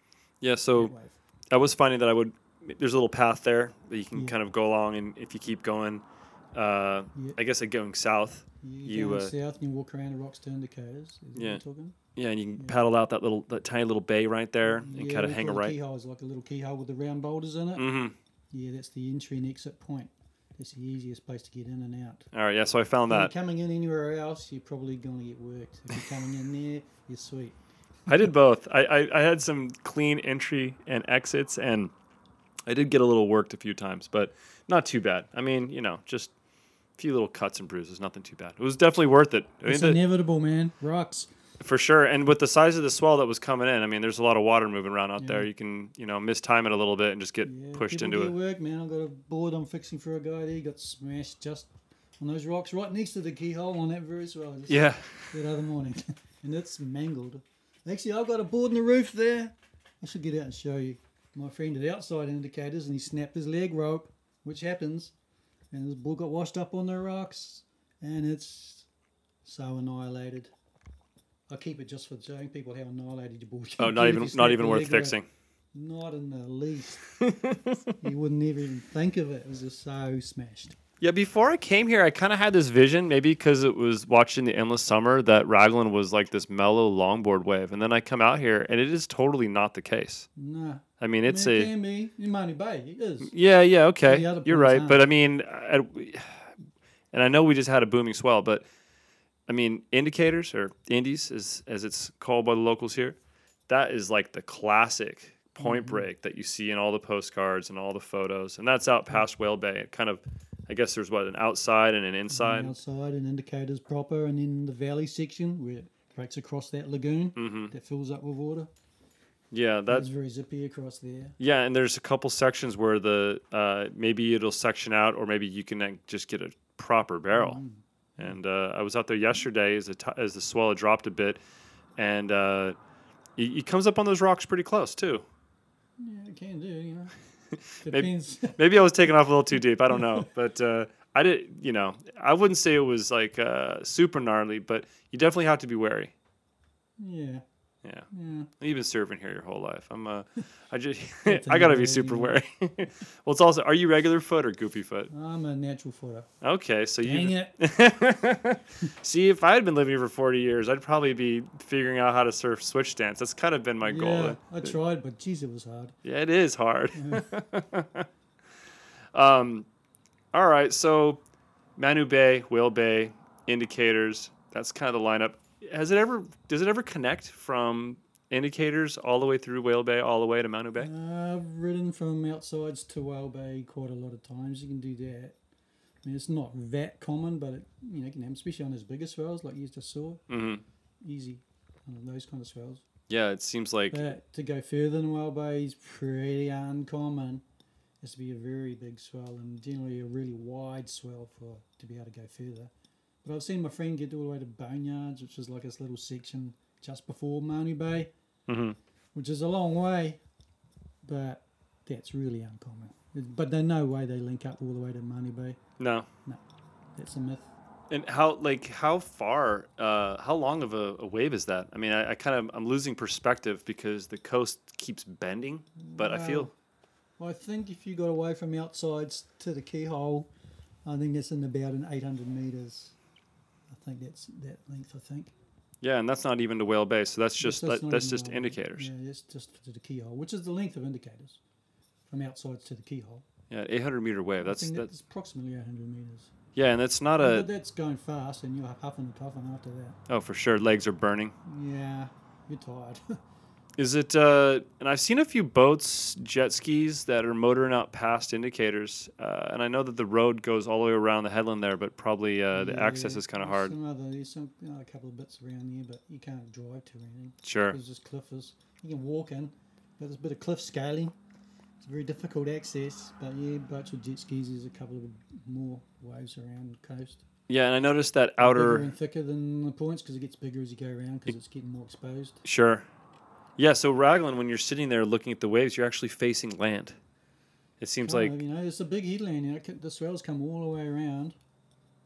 [SPEAKER 1] yeah. So.
[SPEAKER 2] wave.
[SPEAKER 1] I was finding that I would. There's a little path there that you can
[SPEAKER 2] Yeah.
[SPEAKER 1] kind of go along, and if you keep going, uh,
[SPEAKER 2] Yeah.
[SPEAKER 1] I guess like going south,
[SPEAKER 2] You,
[SPEAKER 1] You,
[SPEAKER 2] go
[SPEAKER 1] uh,
[SPEAKER 2] south and you walk around the rocks turn to caves. Is that
[SPEAKER 1] Yeah.
[SPEAKER 2] what you're talking?
[SPEAKER 1] yeah, and you can paddle out that little, that tiny little bay right there, and
[SPEAKER 2] Yeah,
[SPEAKER 1] kind of
[SPEAKER 2] we
[SPEAKER 1] hang a
[SPEAKER 2] call the
[SPEAKER 1] right.
[SPEAKER 2] Keyhole is like a little keyhole with the round boulders in it.
[SPEAKER 1] Mm-hmm.
[SPEAKER 2] Yeah, that's the entry and exit point. It's the easiest place to get in and out.
[SPEAKER 1] All right, yeah. So I found
[SPEAKER 2] If
[SPEAKER 1] that.
[SPEAKER 2] you're coming in anywhere else, you're probably going to get worked. If you're coming in there, you're sweet.
[SPEAKER 1] I did both. I, I, I had some clean entry and exits, and I did get a little worked a few times, but not too bad. I mean, you know, just a few little cuts and bruises, nothing too bad. It was definitely worth it. I mean,
[SPEAKER 2] It's
[SPEAKER 1] the-
[SPEAKER 2] inevitable, man. Rocks.
[SPEAKER 1] for sure. And with the size of the swell that was coming in, I mean, there's a lot of water moving around out there.
[SPEAKER 2] Yeah.
[SPEAKER 1] You can, you know, mistime it a little bit and just get
[SPEAKER 2] Yeah,
[SPEAKER 1] pushed
[SPEAKER 2] people
[SPEAKER 1] into
[SPEAKER 2] do
[SPEAKER 1] it.
[SPEAKER 2] work, man. I've got a board I'm fixing for a guy there. He got smashed just on those rocks right next to the keyhole on that very swell. Just
[SPEAKER 1] Yeah.
[SPEAKER 2] That other morning. and it's mangled. Actually, I've got a board in the roof there. I should get out and show you. My friend at Outside Indicators, and he snapped his leg rope, which happens. And his board got washed up on the rocks. And it's so annihilated. I keep it just for showing people how annihilated your board can
[SPEAKER 1] Oh, not
[SPEAKER 2] get if
[SPEAKER 1] even
[SPEAKER 2] you snap
[SPEAKER 1] not even
[SPEAKER 2] your
[SPEAKER 1] worth
[SPEAKER 2] leg rope.
[SPEAKER 1] fixing.
[SPEAKER 2] Not in the least. you wouldn't even think of it. It was just so smashed.
[SPEAKER 1] Yeah, before I came here, I kind of had this vision, maybe because it was watching the Endless Summer, that Raglan was like this mellow longboard wave. And then I come out here, and it is totally not the case.
[SPEAKER 2] Nah.
[SPEAKER 1] I mean, it's
[SPEAKER 2] I mean, it
[SPEAKER 1] a
[SPEAKER 2] can be in Money Bay. It is.
[SPEAKER 1] yeah, yeah, okay,
[SPEAKER 2] The other
[SPEAKER 1] you're
[SPEAKER 2] points
[SPEAKER 1] right.
[SPEAKER 2] aren't.
[SPEAKER 1] But I mean, I, and I know we just had a booming swell, but I mean, indicators or indies, as as it's called by the locals here, that is like the classic point break that you see in all the postcards and all the photos, and that's out past Whale Bay. It kind of, I guess, Mm-hmm. there's what an outside and an inside.
[SPEAKER 2] outside and indicators proper, and then the valley section where it breaks across that lagoon
[SPEAKER 1] Mm-hmm.
[SPEAKER 2] that fills up with water.
[SPEAKER 1] Yeah, that
[SPEAKER 2] It's very zippy across there.
[SPEAKER 1] Yeah, and there's a couple sections where the uh, maybe it'll section out, or maybe you can like, just get a proper barrel. And uh, I was out there yesterday as the t- as the swell had dropped a bit, and uh, he, he comes up on those rocks pretty close too.
[SPEAKER 2] Yeah, it can do. You know, depends.
[SPEAKER 1] Maybe I was taking off a little too deep. I don't know, but uh, I did. You know, I wouldn't say it was like uh, super gnarly, but you definitely have to be wary.
[SPEAKER 2] yeah,
[SPEAKER 1] Yeah,
[SPEAKER 2] yeah.
[SPEAKER 1] you've been serving here your whole life. I'm uh, I just
[SPEAKER 2] That's
[SPEAKER 1] I gotta be
[SPEAKER 2] another
[SPEAKER 1] super
[SPEAKER 2] thing.
[SPEAKER 1] wary. well, it's also are you regular foot or goofy foot?
[SPEAKER 2] I'm a natural footer.
[SPEAKER 1] Okay, so
[SPEAKER 2] Dang
[SPEAKER 1] you
[SPEAKER 2] it!
[SPEAKER 1] see, if I had been living here for forty years, I'd probably be figuring out how to surf switch stance. That's kind of been my
[SPEAKER 2] yeah,
[SPEAKER 1] goal.
[SPEAKER 2] I tried, but geez, it was hard.
[SPEAKER 1] Yeah, it is hard. um, all right, so Manu Bay, Whale Bay, indicators. That's kind of the lineup. Has it ever? Does it ever connect from indicators all the way through Whale Bay, all the way to Manu Bay?
[SPEAKER 2] I've ridden from outsides to Whale Bay quite a lot of times. You can do that. I mean, it's not that common, but it you know it can happen, especially on those bigger swells like you just saw.
[SPEAKER 1] hmm
[SPEAKER 2] Easy, on those kind of swells.
[SPEAKER 1] Yeah, it seems like.
[SPEAKER 2] But to go further than Whale Bay is pretty uncommon. It has to be a very big swell and generally a really wide swell for to be able to go further. But I've seen my friend get all the way to Boneyards, which is like this little section just before Manu Bay,
[SPEAKER 1] Mhm.
[SPEAKER 2] which is a long way, but that's really uncommon. But there's no way they link up all the way to Manu Bay.
[SPEAKER 1] No.
[SPEAKER 2] That's a myth.
[SPEAKER 1] And how like how far uh how long of a, a wave is that? I mean I, I kind of I'm losing perspective because the coast keeps bending, but I feel
[SPEAKER 2] Well, I think if you got away from the outsides to the keyhole, I think that's in about an 800 meters. I think that's that length. I think
[SPEAKER 1] yeah, and that's not even to Whale Bay, so that's just
[SPEAKER 2] That's- that's
[SPEAKER 1] that,
[SPEAKER 2] not
[SPEAKER 1] that's
[SPEAKER 2] even
[SPEAKER 1] just
[SPEAKER 2] wild.
[SPEAKER 1] indicators.
[SPEAKER 2] Yeah, that's just to the keyhole, which is the length of indicators from outsides to the keyhole.
[SPEAKER 1] Yeah, 800 meter wave.
[SPEAKER 2] I
[SPEAKER 1] That's
[SPEAKER 2] think
[SPEAKER 1] that's
[SPEAKER 2] that's approximately 800 meters.
[SPEAKER 1] yeah, and that's not
[SPEAKER 2] But
[SPEAKER 1] a
[SPEAKER 2] that's going fast, and you're huffing and puffing after that.
[SPEAKER 1] oh for sure legs are burning.
[SPEAKER 2] Yeah, you're tired.
[SPEAKER 1] Is it uh and I've seen a few boats jet skis that are motoring out past indicators, uh, and I know that the road goes all the way around the headland there, but probably uh, the access
[SPEAKER 2] Yeah,
[SPEAKER 1] is kind of
[SPEAKER 2] there's
[SPEAKER 1] hard.
[SPEAKER 2] Some other, there's some you know, a couple of bits around there, but you can't drive to or anything.
[SPEAKER 1] Sure.
[SPEAKER 2] There's just cliffs. You can walk in, but there's a bit of cliff scaling. It's very difficult access, but yeah, boats with jet skis, there's a couple of more waves around the coast.
[SPEAKER 1] Yeah, and I noticed that
[SPEAKER 2] Bigger
[SPEAKER 1] outer
[SPEAKER 2] and thicker than the points because it gets bigger as you go around because it's getting more exposed.
[SPEAKER 1] Sure. Yeah, so Raglan, when you're sitting there looking at the waves, you're actually facing land. It seems
[SPEAKER 2] Kind
[SPEAKER 1] like
[SPEAKER 2] of, you know, it's a big headland. You know, c- the swells come all the way around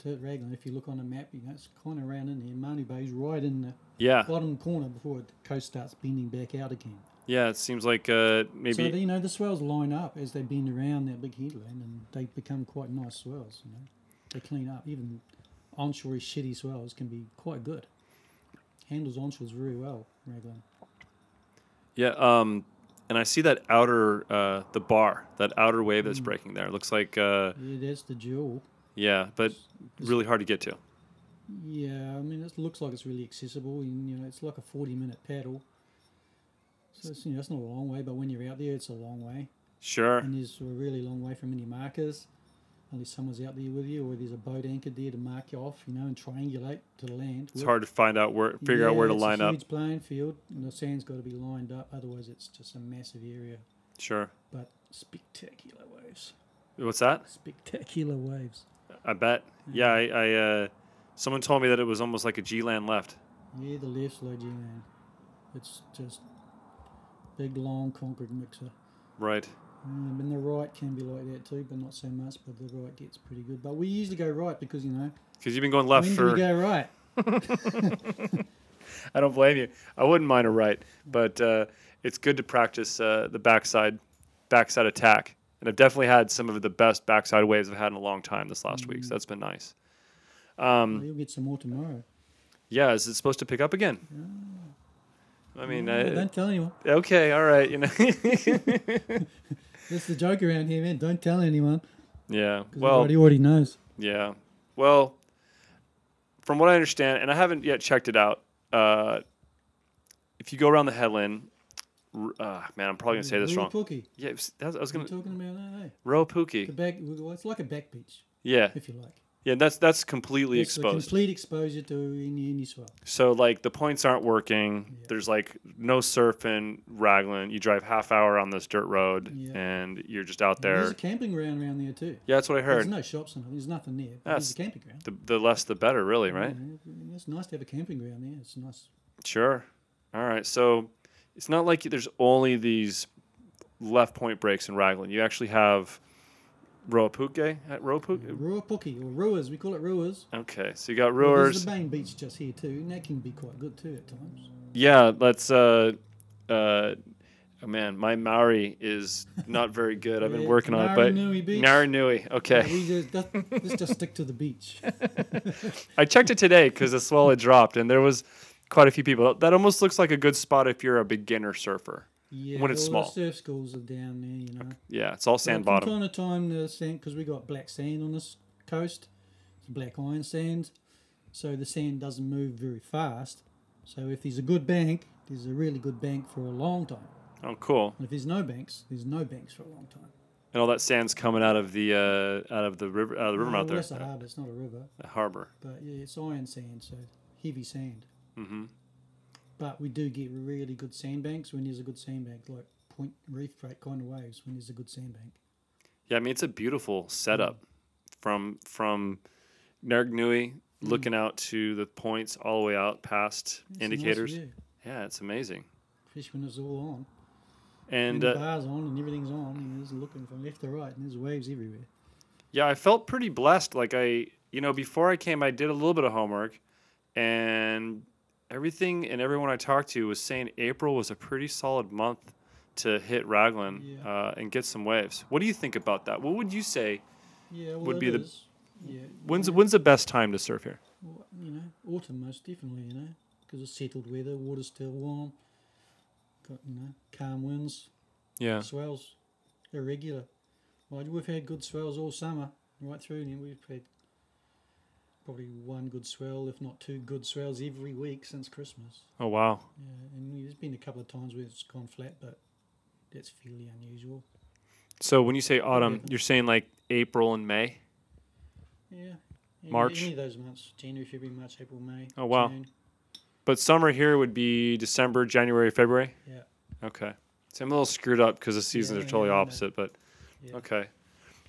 [SPEAKER 2] to Raglan. If you look on the map, you know, it's kind of around in there. Manu Bay's right in the
[SPEAKER 1] yeah,
[SPEAKER 2] bottom corner before the coast starts bending back out again.
[SPEAKER 1] yeah. It seems like uh,
[SPEAKER 2] So
[SPEAKER 1] maybe
[SPEAKER 2] you know the swells line up as they bend around that big headland, and they become quite nice swells. You know, they clean up. Even onshore shitty swells can be quite good. Handles onshores very well, Raglan.
[SPEAKER 1] yeah. Um, and I see that outer uh, the bar, that outer wave
[SPEAKER 2] Mm.
[SPEAKER 1] that's breaking there. It looks like uh,
[SPEAKER 2] Yeah, that's the jewel.
[SPEAKER 1] yeah, but really hard to get to.
[SPEAKER 2] Yeah, I mean, it looks like it's really accessible, and you know, it's like a forty-minute paddle. So it's, you know, it's not a long way, but when you're out there, it's a long way,
[SPEAKER 1] Sure.
[SPEAKER 2] and there's a really long way from any markers, unless someone's out there with you, or there's a boat anchored there to mark you off, you know, and triangulate to the land.
[SPEAKER 1] It's
[SPEAKER 2] with.
[SPEAKER 1] hard to find out where figure out
[SPEAKER 2] Yeah,
[SPEAKER 1] where to
[SPEAKER 2] it's
[SPEAKER 1] line
[SPEAKER 2] a
[SPEAKER 1] up.
[SPEAKER 2] huge playing field, and the sand's got to be lined up, otherwise it's just a massive area.
[SPEAKER 1] Sure.
[SPEAKER 2] But spectacular waves,
[SPEAKER 1] What's that?
[SPEAKER 2] spectacular waves.
[SPEAKER 1] I bet. Yeah, I, I uh, someone told me that it was almost like a G-land left.
[SPEAKER 2] Yeah, the left slow G man. It's just big, long concrete mixer.
[SPEAKER 1] Right.
[SPEAKER 2] Um, and the right can be like that too, but not so much. But the right gets pretty good. But we usually go right because you know
[SPEAKER 1] Because you've been going left
[SPEAKER 2] when do
[SPEAKER 1] Uh, for
[SPEAKER 2] we go right?
[SPEAKER 1] I don't blame you. I wouldn't mind a right, but uh, it's good to practice uh, the backside backside attack. And I've definitely had some of the best backside waves I've had in a long time this last
[SPEAKER 2] Mm-hmm.
[SPEAKER 1] week. So that's been nice. Mm. Um,
[SPEAKER 2] Well, you'll get some more tomorrow.
[SPEAKER 1] Yeah, is it supposed to pick up again? I mean,
[SPEAKER 2] Yeah,
[SPEAKER 1] uh,
[SPEAKER 2] don't tell anyone.
[SPEAKER 1] okay, all right, you know.
[SPEAKER 2] That's the joke around here, man. Don't tell anyone. 'cause
[SPEAKER 1] yeah. Well,
[SPEAKER 2] everybody already knows.
[SPEAKER 1] Yeah. Well, from what I understand, and I haven't yet checked it out, uh, if you go around the headland, r- uh, man, I'm probably gonna say this
[SPEAKER 2] Little
[SPEAKER 1] wrong.
[SPEAKER 2] Pookie.
[SPEAKER 1] Yeah, it was- that was- I was
[SPEAKER 2] We're
[SPEAKER 1] gonna
[SPEAKER 2] talking about that, eh?
[SPEAKER 1] row
[SPEAKER 2] The
[SPEAKER 1] pookie.
[SPEAKER 2] back. well, It's like a back beach,
[SPEAKER 1] Yeah,
[SPEAKER 2] if you like.
[SPEAKER 1] yeah, that's that's completely
[SPEAKER 2] It's the
[SPEAKER 1] exposed.
[SPEAKER 2] complete exposure to any any swell.
[SPEAKER 1] So like the points aren't working. There's like no surf in Raglan. You drive half hour on this dirt road,
[SPEAKER 2] Yeah.
[SPEAKER 1] and you're just out
[SPEAKER 2] There's
[SPEAKER 1] there.
[SPEAKER 2] a camping ground around there too.
[SPEAKER 1] Yeah, that's what I
[SPEAKER 2] There's
[SPEAKER 1] heard.
[SPEAKER 2] no shops and there's nothing there. But
[SPEAKER 1] That's-
[SPEAKER 2] there's a camping ground.
[SPEAKER 1] The, the less the better, really, right?
[SPEAKER 2] Yeah, it's nice to have a camping ground there. It's nice.
[SPEAKER 1] Sure. All right. So it's not like there's only these left point breaks in Raglan. You actually have Roapuke at Roapuke.
[SPEAKER 2] Rua Pookie or Ruas, we call it Ruas.
[SPEAKER 1] Okay. So you got
[SPEAKER 2] Mm-hmm. Well,
[SPEAKER 1] Ruers.
[SPEAKER 2] There's the main beach just here too, and that can be quite good too at times.
[SPEAKER 1] yeah. Let's. Uh, uh, oh man, my Maori is not very good. I've been
[SPEAKER 2] Yeah,
[SPEAKER 1] working on it, but
[SPEAKER 2] Naranui Beach.
[SPEAKER 1] Naranui. Okay.
[SPEAKER 2] We just, that, let's just stick to the beach.
[SPEAKER 1] I checked it today because the swell had dropped, and there was quite a few people. That almost looks like a good spot if you're a beginner surfer.
[SPEAKER 2] Yeah,
[SPEAKER 1] When it's small.
[SPEAKER 2] all the surf schools are down there, you know.
[SPEAKER 1] Yeah, it's all
[SPEAKER 2] But
[SPEAKER 1] sand bottom.
[SPEAKER 2] From time to time, the sand because we got black sand on this coast, it's black iron sand, so the sand doesn't move very fast. So if there's a good bank, there's a really good bank for a long time.
[SPEAKER 1] Oh, cool.
[SPEAKER 2] And if there's no banks, there's no banks for a long time.
[SPEAKER 1] and all that sand's coming out of the uh, out of the river out of the river
[SPEAKER 2] Well,
[SPEAKER 1] out there,
[SPEAKER 2] That's a harbour. It's not a river,
[SPEAKER 1] the harbor.
[SPEAKER 2] but yeah, it's iron sand, so heavy sand.
[SPEAKER 1] hmm
[SPEAKER 2] But we do get really good sandbanks when there's a good sandbank, like point reef break kind of waves when there's a good sandbank.
[SPEAKER 1] Yeah, I mean it's a beautiful setup
[SPEAKER 2] Mm-hmm.
[SPEAKER 1] from from Nargnui looking out to the points all the way out past
[SPEAKER 2] It's a nice
[SPEAKER 1] indicators.
[SPEAKER 2] view,
[SPEAKER 1] yeah, it's amazing.
[SPEAKER 2] Especially when it's all on.
[SPEAKER 1] And
[SPEAKER 2] the
[SPEAKER 1] uh,
[SPEAKER 2] bars on and everything's on and there's looking from left to right and there's waves everywhere.
[SPEAKER 1] yeah, I felt pretty blessed. Like I, you know, before I came, I did a little bit of homework, and everything and everyone I talked to was saying April was a pretty solid month to hit Raglan
[SPEAKER 2] Yeah.
[SPEAKER 1] uh, and get some waves. What do you think about that? What would you say?
[SPEAKER 2] Yeah, well,
[SPEAKER 1] Would
[SPEAKER 2] it
[SPEAKER 1] be the-
[SPEAKER 2] is. yeah.
[SPEAKER 1] When's
[SPEAKER 2] yeah,
[SPEAKER 1] when's the best time to surf here?
[SPEAKER 2] well, you know autumn most definitely you know because it's settled weather, water's still warm, got you know calm winds,
[SPEAKER 1] Yeah,
[SPEAKER 2] swells, irregular. Well, we've had good swells all summer right through, and we've had probably one good swell, if not two good swells every week since Christmas.
[SPEAKER 1] Oh wow.
[SPEAKER 2] Yeah, and there's been a couple of times where it's gone flat, but that's fairly unusual.
[SPEAKER 1] So when you say autumn, you're saying like April and May.
[SPEAKER 2] Yeah. Any-
[SPEAKER 1] March?
[SPEAKER 2] Any of those months. January, February, March, April, May.
[SPEAKER 1] Oh, wow.
[SPEAKER 2] June.
[SPEAKER 1] But summer here would be December, January, February.
[SPEAKER 2] Yeah.
[SPEAKER 1] Okay. So I'm a little screwed up because the seasons
[SPEAKER 2] Yeah,
[SPEAKER 1] are totally
[SPEAKER 2] yeah, I know.
[SPEAKER 1] opposite. But
[SPEAKER 2] Yeah.
[SPEAKER 1] okay.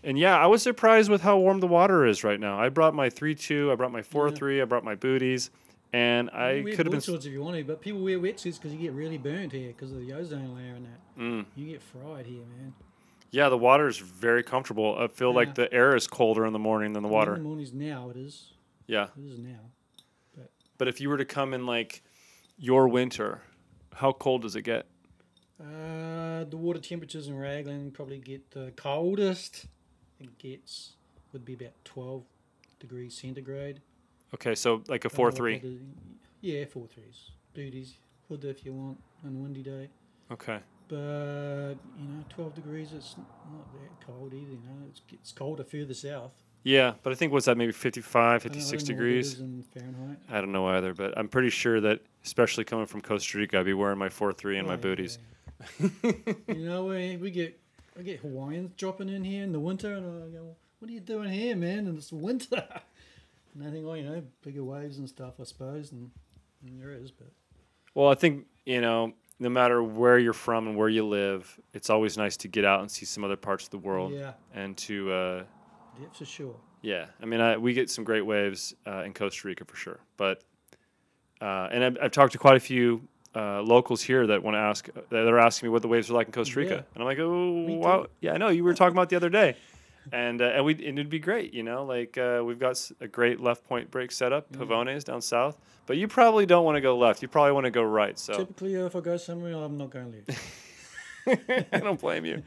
[SPEAKER 1] And yeah, I was surprised with how warm the water is right now. I brought my three two, I brought my four three, I brought my booties, and I
[SPEAKER 2] You wear
[SPEAKER 1] could have been. s-
[SPEAKER 2] swords if you want to, but people wear wetsuits because you get really burned here because of the ozone layer and that.
[SPEAKER 1] Mm.
[SPEAKER 2] You get fried here, man.
[SPEAKER 1] Yeah, the water is very comfortable. I feel
[SPEAKER 2] Yeah. Mm-hmm.
[SPEAKER 1] like the air is colder in the morning than the
[SPEAKER 2] In
[SPEAKER 1] water.
[SPEAKER 2] the mornings now it is.
[SPEAKER 1] Yeah.
[SPEAKER 2] It is now.
[SPEAKER 1] But if you were to come in like your winter, how cold does it get?
[SPEAKER 2] Uh, the water temperatures in Raglan probably get the coldest it gets would be about 12 degrees centigrade.
[SPEAKER 1] Okay, so like a
[SPEAKER 2] Don't know
[SPEAKER 1] four
[SPEAKER 2] what
[SPEAKER 1] three.
[SPEAKER 2] that is. Yeah, four threes. Booties, hood if you want on a windy day.
[SPEAKER 1] Okay.
[SPEAKER 2] but you know, 12 degrees, it's not that cold either. You know, it's, it's colder further south.
[SPEAKER 1] Yeah, but I think what's that? Maybe 55,
[SPEAKER 2] I don't know
[SPEAKER 1] 56
[SPEAKER 2] what it is
[SPEAKER 1] degrees.
[SPEAKER 2] in Fahrenheit.
[SPEAKER 1] I don't know either, but I'm pretty sure that, especially coming from Costa Rica, I'd be wearing my four three and my
[SPEAKER 2] Oh, yeah.
[SPEAKER 1] booties.
[SPEAKER 2] you know, we, we get I get Hawaiians dropping in here in the winter, and I go, "What are you doing here, man?" And it's winter. and I think, oh, you know, bigger waves and stuff, I suppose, and, and there is, but
[SPEAKER 1] Well, I think you know, no matter where you're from and where you live, it's always nice to get out and see some other parts of the world,
[SPEAKER 2] yeah,
[SPEAKER 1] and to uh,
[SPEAKER 2] yeah, for sure.
[SPEAKER 1] yeah. I mean, I, we get some great waves uh, in Costa Rica for sure, but uh, and I've, I've talked to quite a few. Uh, locals here that want to ask, that are asking me what the waves are like in Costa Rica,
[SPEAKER 2] Yeah.
[SPEAKER 1] and I'm like, oh,
[SPEAKER 2] Me
[SPEAKER 1] wow,
[SPEAKER 2] too.
[SPEAKER 1] yeah, I know you were talking about it the other day, and uh, and we and it'd be great, you know, like uh, we've got s- a great left point break setup,
[SPEAKER 2] Mm-hmm.
[SPEAKER 1] Pavones down south, but you probably don't want to go left, you probably want to go right, so
[SPEAKER 2] Typically, if I go somewhere, I'm not going to leave.
[SPEAKER 1] I don't blame you.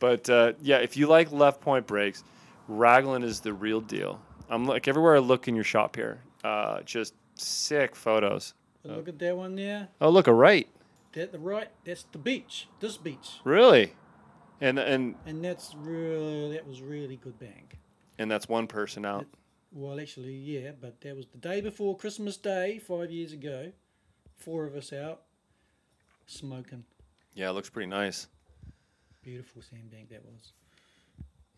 [SPEAKER 1] But uh, yeah, if you like left point breaks, Raglan is the real deal. I'm like everywhere I look in your shop here, uh, just sick photos.
[SPEAKER 2] But look at that one there.
[SPEAKER 1] Oh, look, a right,
[SPEAKER 2] That the right, that's the beach. This beach,
[SPEAKER 1] really, and and
[SPEAKER 2] and that's really that was really good bank.
[SPEAKER 1] and that's one person out.
[SPEAKER 2] Well, actually, yeah, but that was the day before Christmas Day five years ago. Four of us out smoking.
[SPEAKER 1] Yeah, it looks pretty nice.
[SPEAKER 2] Beautiful sandbank that was.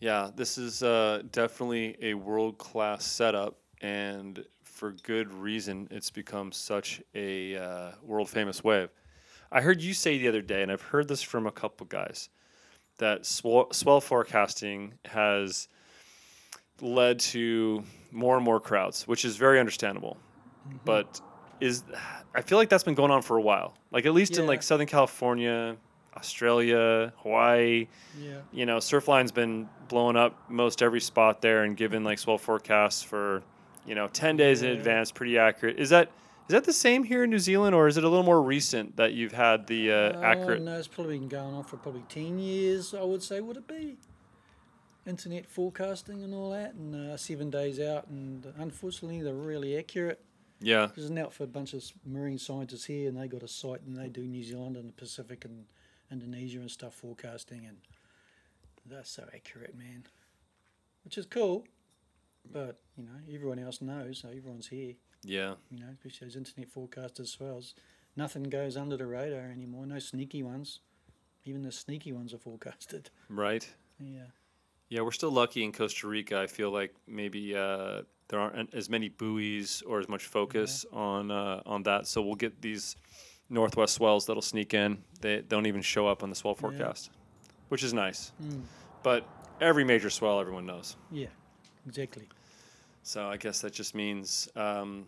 [SPEAKER 1] Yeah, this is uh, definitely a world class setup, and for good reason. It's become such a uh, world famous wave. I heard you say the other day, and I've heard this from a couple guys, that sw- swell forecasting has led to more and more crowds, which is very understandable. But is I feel like that's been going on for a while, like at least in
[SPEAKER 2] Yeah.
[SPEAKER 1] like Southern California, Australia, Hawaii
[SPEAKER 2] Yeah.
[SPEAKER 1] you know, Surfline's been blowing up most every spot there and given like swell forecasts for, you know, ten days in
[SPEAKER 2] Yeah.
[SPEAKER 1] advance, pretty accurate. Is that is that the same here in New Zealand, or is it a little more recent that you've had the uh, accurate?
[SPEAKER 2] Oh, no, it's probably been going on for probably 10 years, I would say, would it be? Internet forecasting and all that, and uh, seven days out, and unfortunately, they're really accurate.
[SPEAKER 1] Yeah,
[SPEAKER 2] There's an outfit, a bunch of s- marine scientists here, and they got a site, and they do New Zealand and the Pacific and Indonesia and stuff forecasting, and they're so accurate, man. Which is cool, but you know, everyone else knows, so everyone's here.
[SPEAKER 1] yeah,
[SPEAKER 2] You know, especially those internet forecasters as well. It's- Nothing goes under the radar anymore. No sneaky ones. Even the sneaky ones are forecasted.
[SPEAKER 1] right.
[SPEAKER 2] Yeah.
[SPEAKER 1] Yeah, we're still lucky in Costa Rica. I feel like maybe uh, there aren't an- as many buoys or as much focus on uh, on that. So we'll get these northwest swells that'll sneak in. They don't even show up on the swell forecast, which is nice.
[SPEAKER 2] Mm.
[SPEAKER 1] But every major swell, everyone knows.
[SPEAKER 2] Yeah. Exactly.
[SPEAKER 1] So I guess that just means um,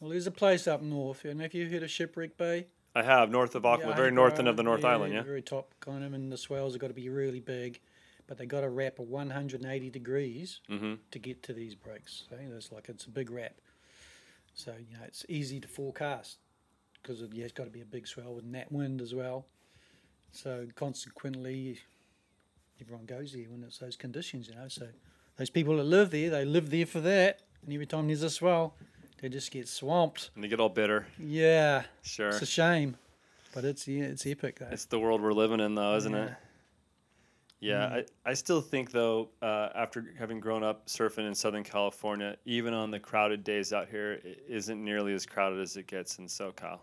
[SPEAKER 2] Well, there's a place up north, and if you hit a shipwreck bay,
[SPEAKER 1] I have north of Auckland,
[SPEAKER 2] Yeah,
[SPEAKER 1] very
[SPEAKER 2] Ahafo
[SPEAKER 1] northern of the North Island.
[SPEAKER 2] the
[SPEAKER 1] Yeah.
[SPEAKER 2] very top kind of, and the swells have got to be really big, but they got to wrap at 180 degrees
[SPEAKER 1] Mm-hmm.
[SPEAKER 2] to get to these breaks. So it's like it's a big wrap. So you know it's easy to forecast because yeah, it's got to be a big swell with that wind as well. So consequently, everyone goes there when it's those conditions, you know. So those people that live there, they live there for that, and every time there's a swell, they just get swamped.
[SPEAKER 1] And they get all bitter.
[SPEAKER 2] Yeah,
[SPEAKER 1] Sure.
[SPEAKER 2] it's a shame, but it's yeah, it's epic though.
[SPEAKER 1] It's the world we're living in, though, isn't it?
[SPEAKER 2] Yeah. Mm-hmm.
[SPEAKER 1] Yeah, I, I still think, though, uh, after having grown up surfing in Southern California, even on the crowded days out here, it isn't nearly as crowded as it gets in SoCal.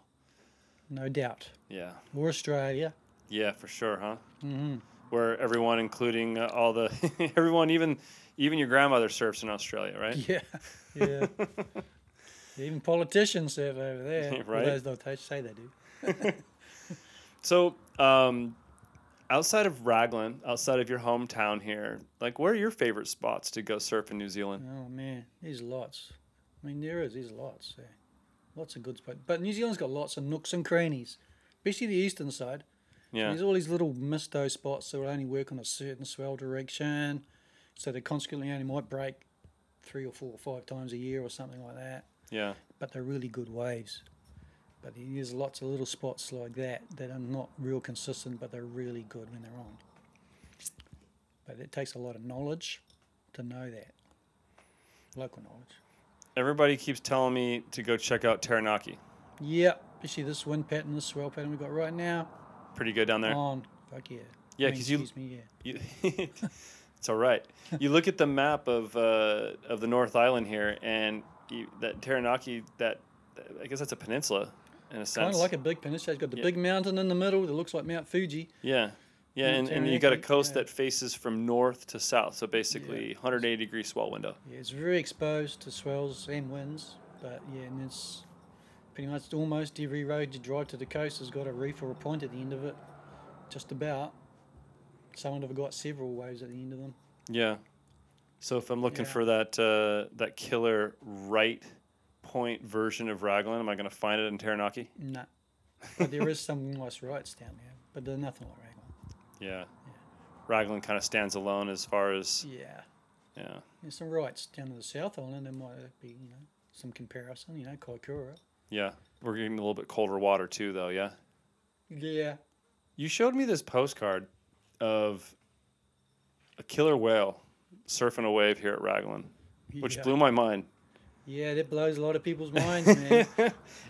[SPEAKER 2] no doubt.
[SPEAKER 1] Yeah.
[SPEAKER 2] Or Australia.
[SPEAKER 1] Yeah, for sure, huh?
[SPEAKER 2] Mm-hmm.
[SPEAKER 1] Where everyone, including uh, all the everyone, even even your grandmother surfs in Australia, right?
[SPEAKER 2] Yeah, yeah. Even politicians serve over there.
[SPEAKER 1] Yeah,
[SPEAKER 2] Well,
[SPEAKER 1] right.
[SPEAKER 2] those don't touch- say they do.
[SPEAKER 1] So, um, outside of Raglan, outside of your hometown here, like where are your favorite spots to go surf in New Zealand?
[SPEAKER 2] Oh man, there's lots. I mean, there is. There's lots. Yeah. Lots of good spots. But New Zealand's got lots of nooks and crannies, especially the eastern side.
[SPEAKER 1] Yeah,
[SPEAKER 2] There's all these little misto spots that will only work on a certain swell direction, so they constantly only might break three or four or five times a year or something like that.
[SPEAKER 1] yeah,
[SPEAKER 2] but they're really good waves. But there's lots of little spots like that that are not real consistent, but they're really good when they're on. But it takes a lot of knowledge to know that. Local knowledge.
[SPEAKER 1] Everybody keeps telling me to go check out Taranaki.
[SPEAKER 2] Yep, especially this wind pattern, this swell pattern we've got right now.
[SPEAKER 1] pretty good down there.
[SPEAKER 2] On. Fuck yeah.
[SPEAKER 1] Yeah,
[SPEAKER 2] I mean,
[SPEAKER 1] 'cause you-
[SPEAKER 2] excuse me,
[SPEAKER 1] You-
[SPEAKER 2] yeah.
[SPEAKER 1] it's all right. You look at the map of uh, of the North Island here, and you, that Taranaki, that I guess that's a peninsula in a
[SPEAKER 2] Kind
[SPEAKER 1] sense.
[SPEAKER 2] of like a big peninsula. It's got the
[SPEAKER 1] Yeah.
[SPEAKER 2] big mountain in the middle that looks like Mount Fuji.
[SPEAKER 1] yeah, yeah,
[SPEAKER 2] Mm,
[SPEAKER 1] and, and you got a
[SPEAKER 2] Taranaki,
[SPEAKER 1] coast
[SPEAKER 2] yeah.
[SPEAKER 1] that faces from north to south, so basically 180 degree swell window.
[SPEAKER 2] Yeah, it's very exposed to swells and winds, but yeah, and it's pretty much almost every road you drive to the coast has got a reef or a point at the end of it. Just about. Some of them have got several waves at the end of them.
[SPEAKER 1] Yeah. So if I'm looking
[SPEAKER 2] Yeah.
[SPEAKER 1] for that uh, that killer right point version of Raglan, am I going to find it in Taranaki?
[SPEAKER 2] No. But there is some nice rights down there, but they're nothing like Raglan.
[SPEAKER 1] Yeah. Raglan kind of stands alone as far as
[SPEAKER 2] Yeah.
[SPEAKER 1] yeah.
[SPEAKER 2] There's some rights down in the South Island, there might be, you know, some comparison, you know, Kaikoura.
[SPEAKER 1] Yeah, we're getting a little bit colder water too, though. Yeah,
[SPEAKER 2] Yeah.
[SPEAKER 1] you showed me this postcard of a killer whale surfing a wave here at Raglan, which
[SPEAKER 2] yeah.
[SPEAKER 1] blew my mind.
[SPEAKER 2] Yeah, that blows a lot of people's minds, man.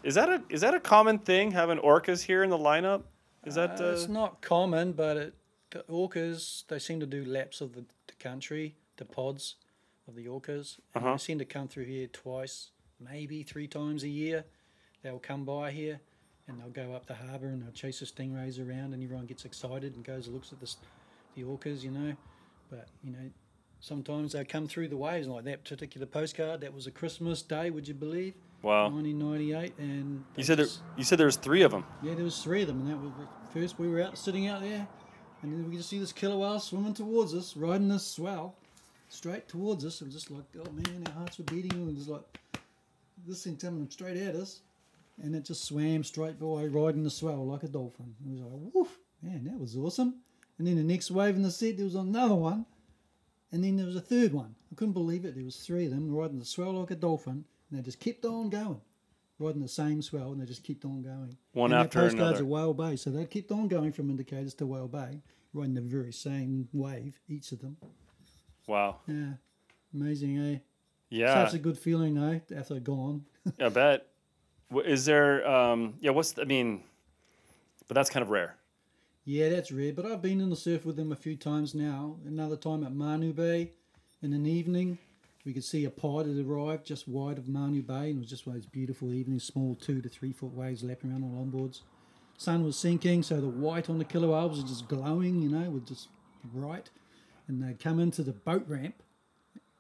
[SPEAKER 1] is that a is that a common thing having orcas here in the lineup? Is that
[SPEAKER 2] Uh,
[SPEAKER 1] uh,
[SPEAKER 2] it's not common, but it, the orcas they seem to do laps of the, the country, the pods of the orcas. And
[SPEAKER 1] Uh-huh.
[SPEAKER 2] They seem to come through here twice, maybe three times a year. They'll come by here, and they'll go up the harbour and they'll chase the stingrays around, and everyone gets excited and goes and looks at the s- the orcas, you know. But you know, sometimes they come through the waves like that particular postcard. That was a Christmas day, would you believe?
[SPEAKER 1] wow?
[SPEAKER 2] 1998,
[SPEAKER 1] Oh.
[SPEAKER 2] and
[SPEAKER 1] You
[SPEAKER 2] they
[SPEAKER 1] said there
[SPEAKER 2] just-
[SPEAKER 1] you said there was three of them.
[SPEAKER 2] yeah, there was three of them, and that was first we were out sitting out there, and then we could just see this killer whale swimming towards us, riding this swell straight towards us. It was just like, oh man, our hearts were beating, and it was like this thing coming straight at us, and it just swam straight by, riding the swell like a dolphin. It was like, woof, man, that was awesome. And then the next wave in the set, there was another one, and then there was a third one. I couldn't believe it. There was three of them riding the swell like a dolphin, and they just kept on going, riding the same swell, and they just kept on going.
[SPEAKER 1] One
[SPEAKER 2] And their
[SPEAKER 1] after
[SPEAKER 2] postcards
[SPEAKER 1] another.
[SPEAKER 2] are Whale Bay, so they kept on going from Indicators to Whale Bay, riding the very same wave, each of them.
[SPEAKER 1] Wow.
[SPEAKER 2] Yeah, amazing, eh?
[SPEAKER 1] Yeah,
[SPEAKER 2] Such a good feeling, though, after they're gone.
[SPEAKER 1] I bet. Wh- Is there? Um, yeah. What's the, I mean? But that's kind of rare.
[SPEAKER 2] Yeah, that's rare, but I've been in the surf with them a few times now. Another time at Manu Bay in an evening, we could see a pod had arrived just wide of Manu Bay, and it was just one of those beautiful evenings, small two to three foot waves lapping around on longboards. Sun was sinking, so the white on the killer whales was just glowing, you know, with just bright. And they come into the boat ramp,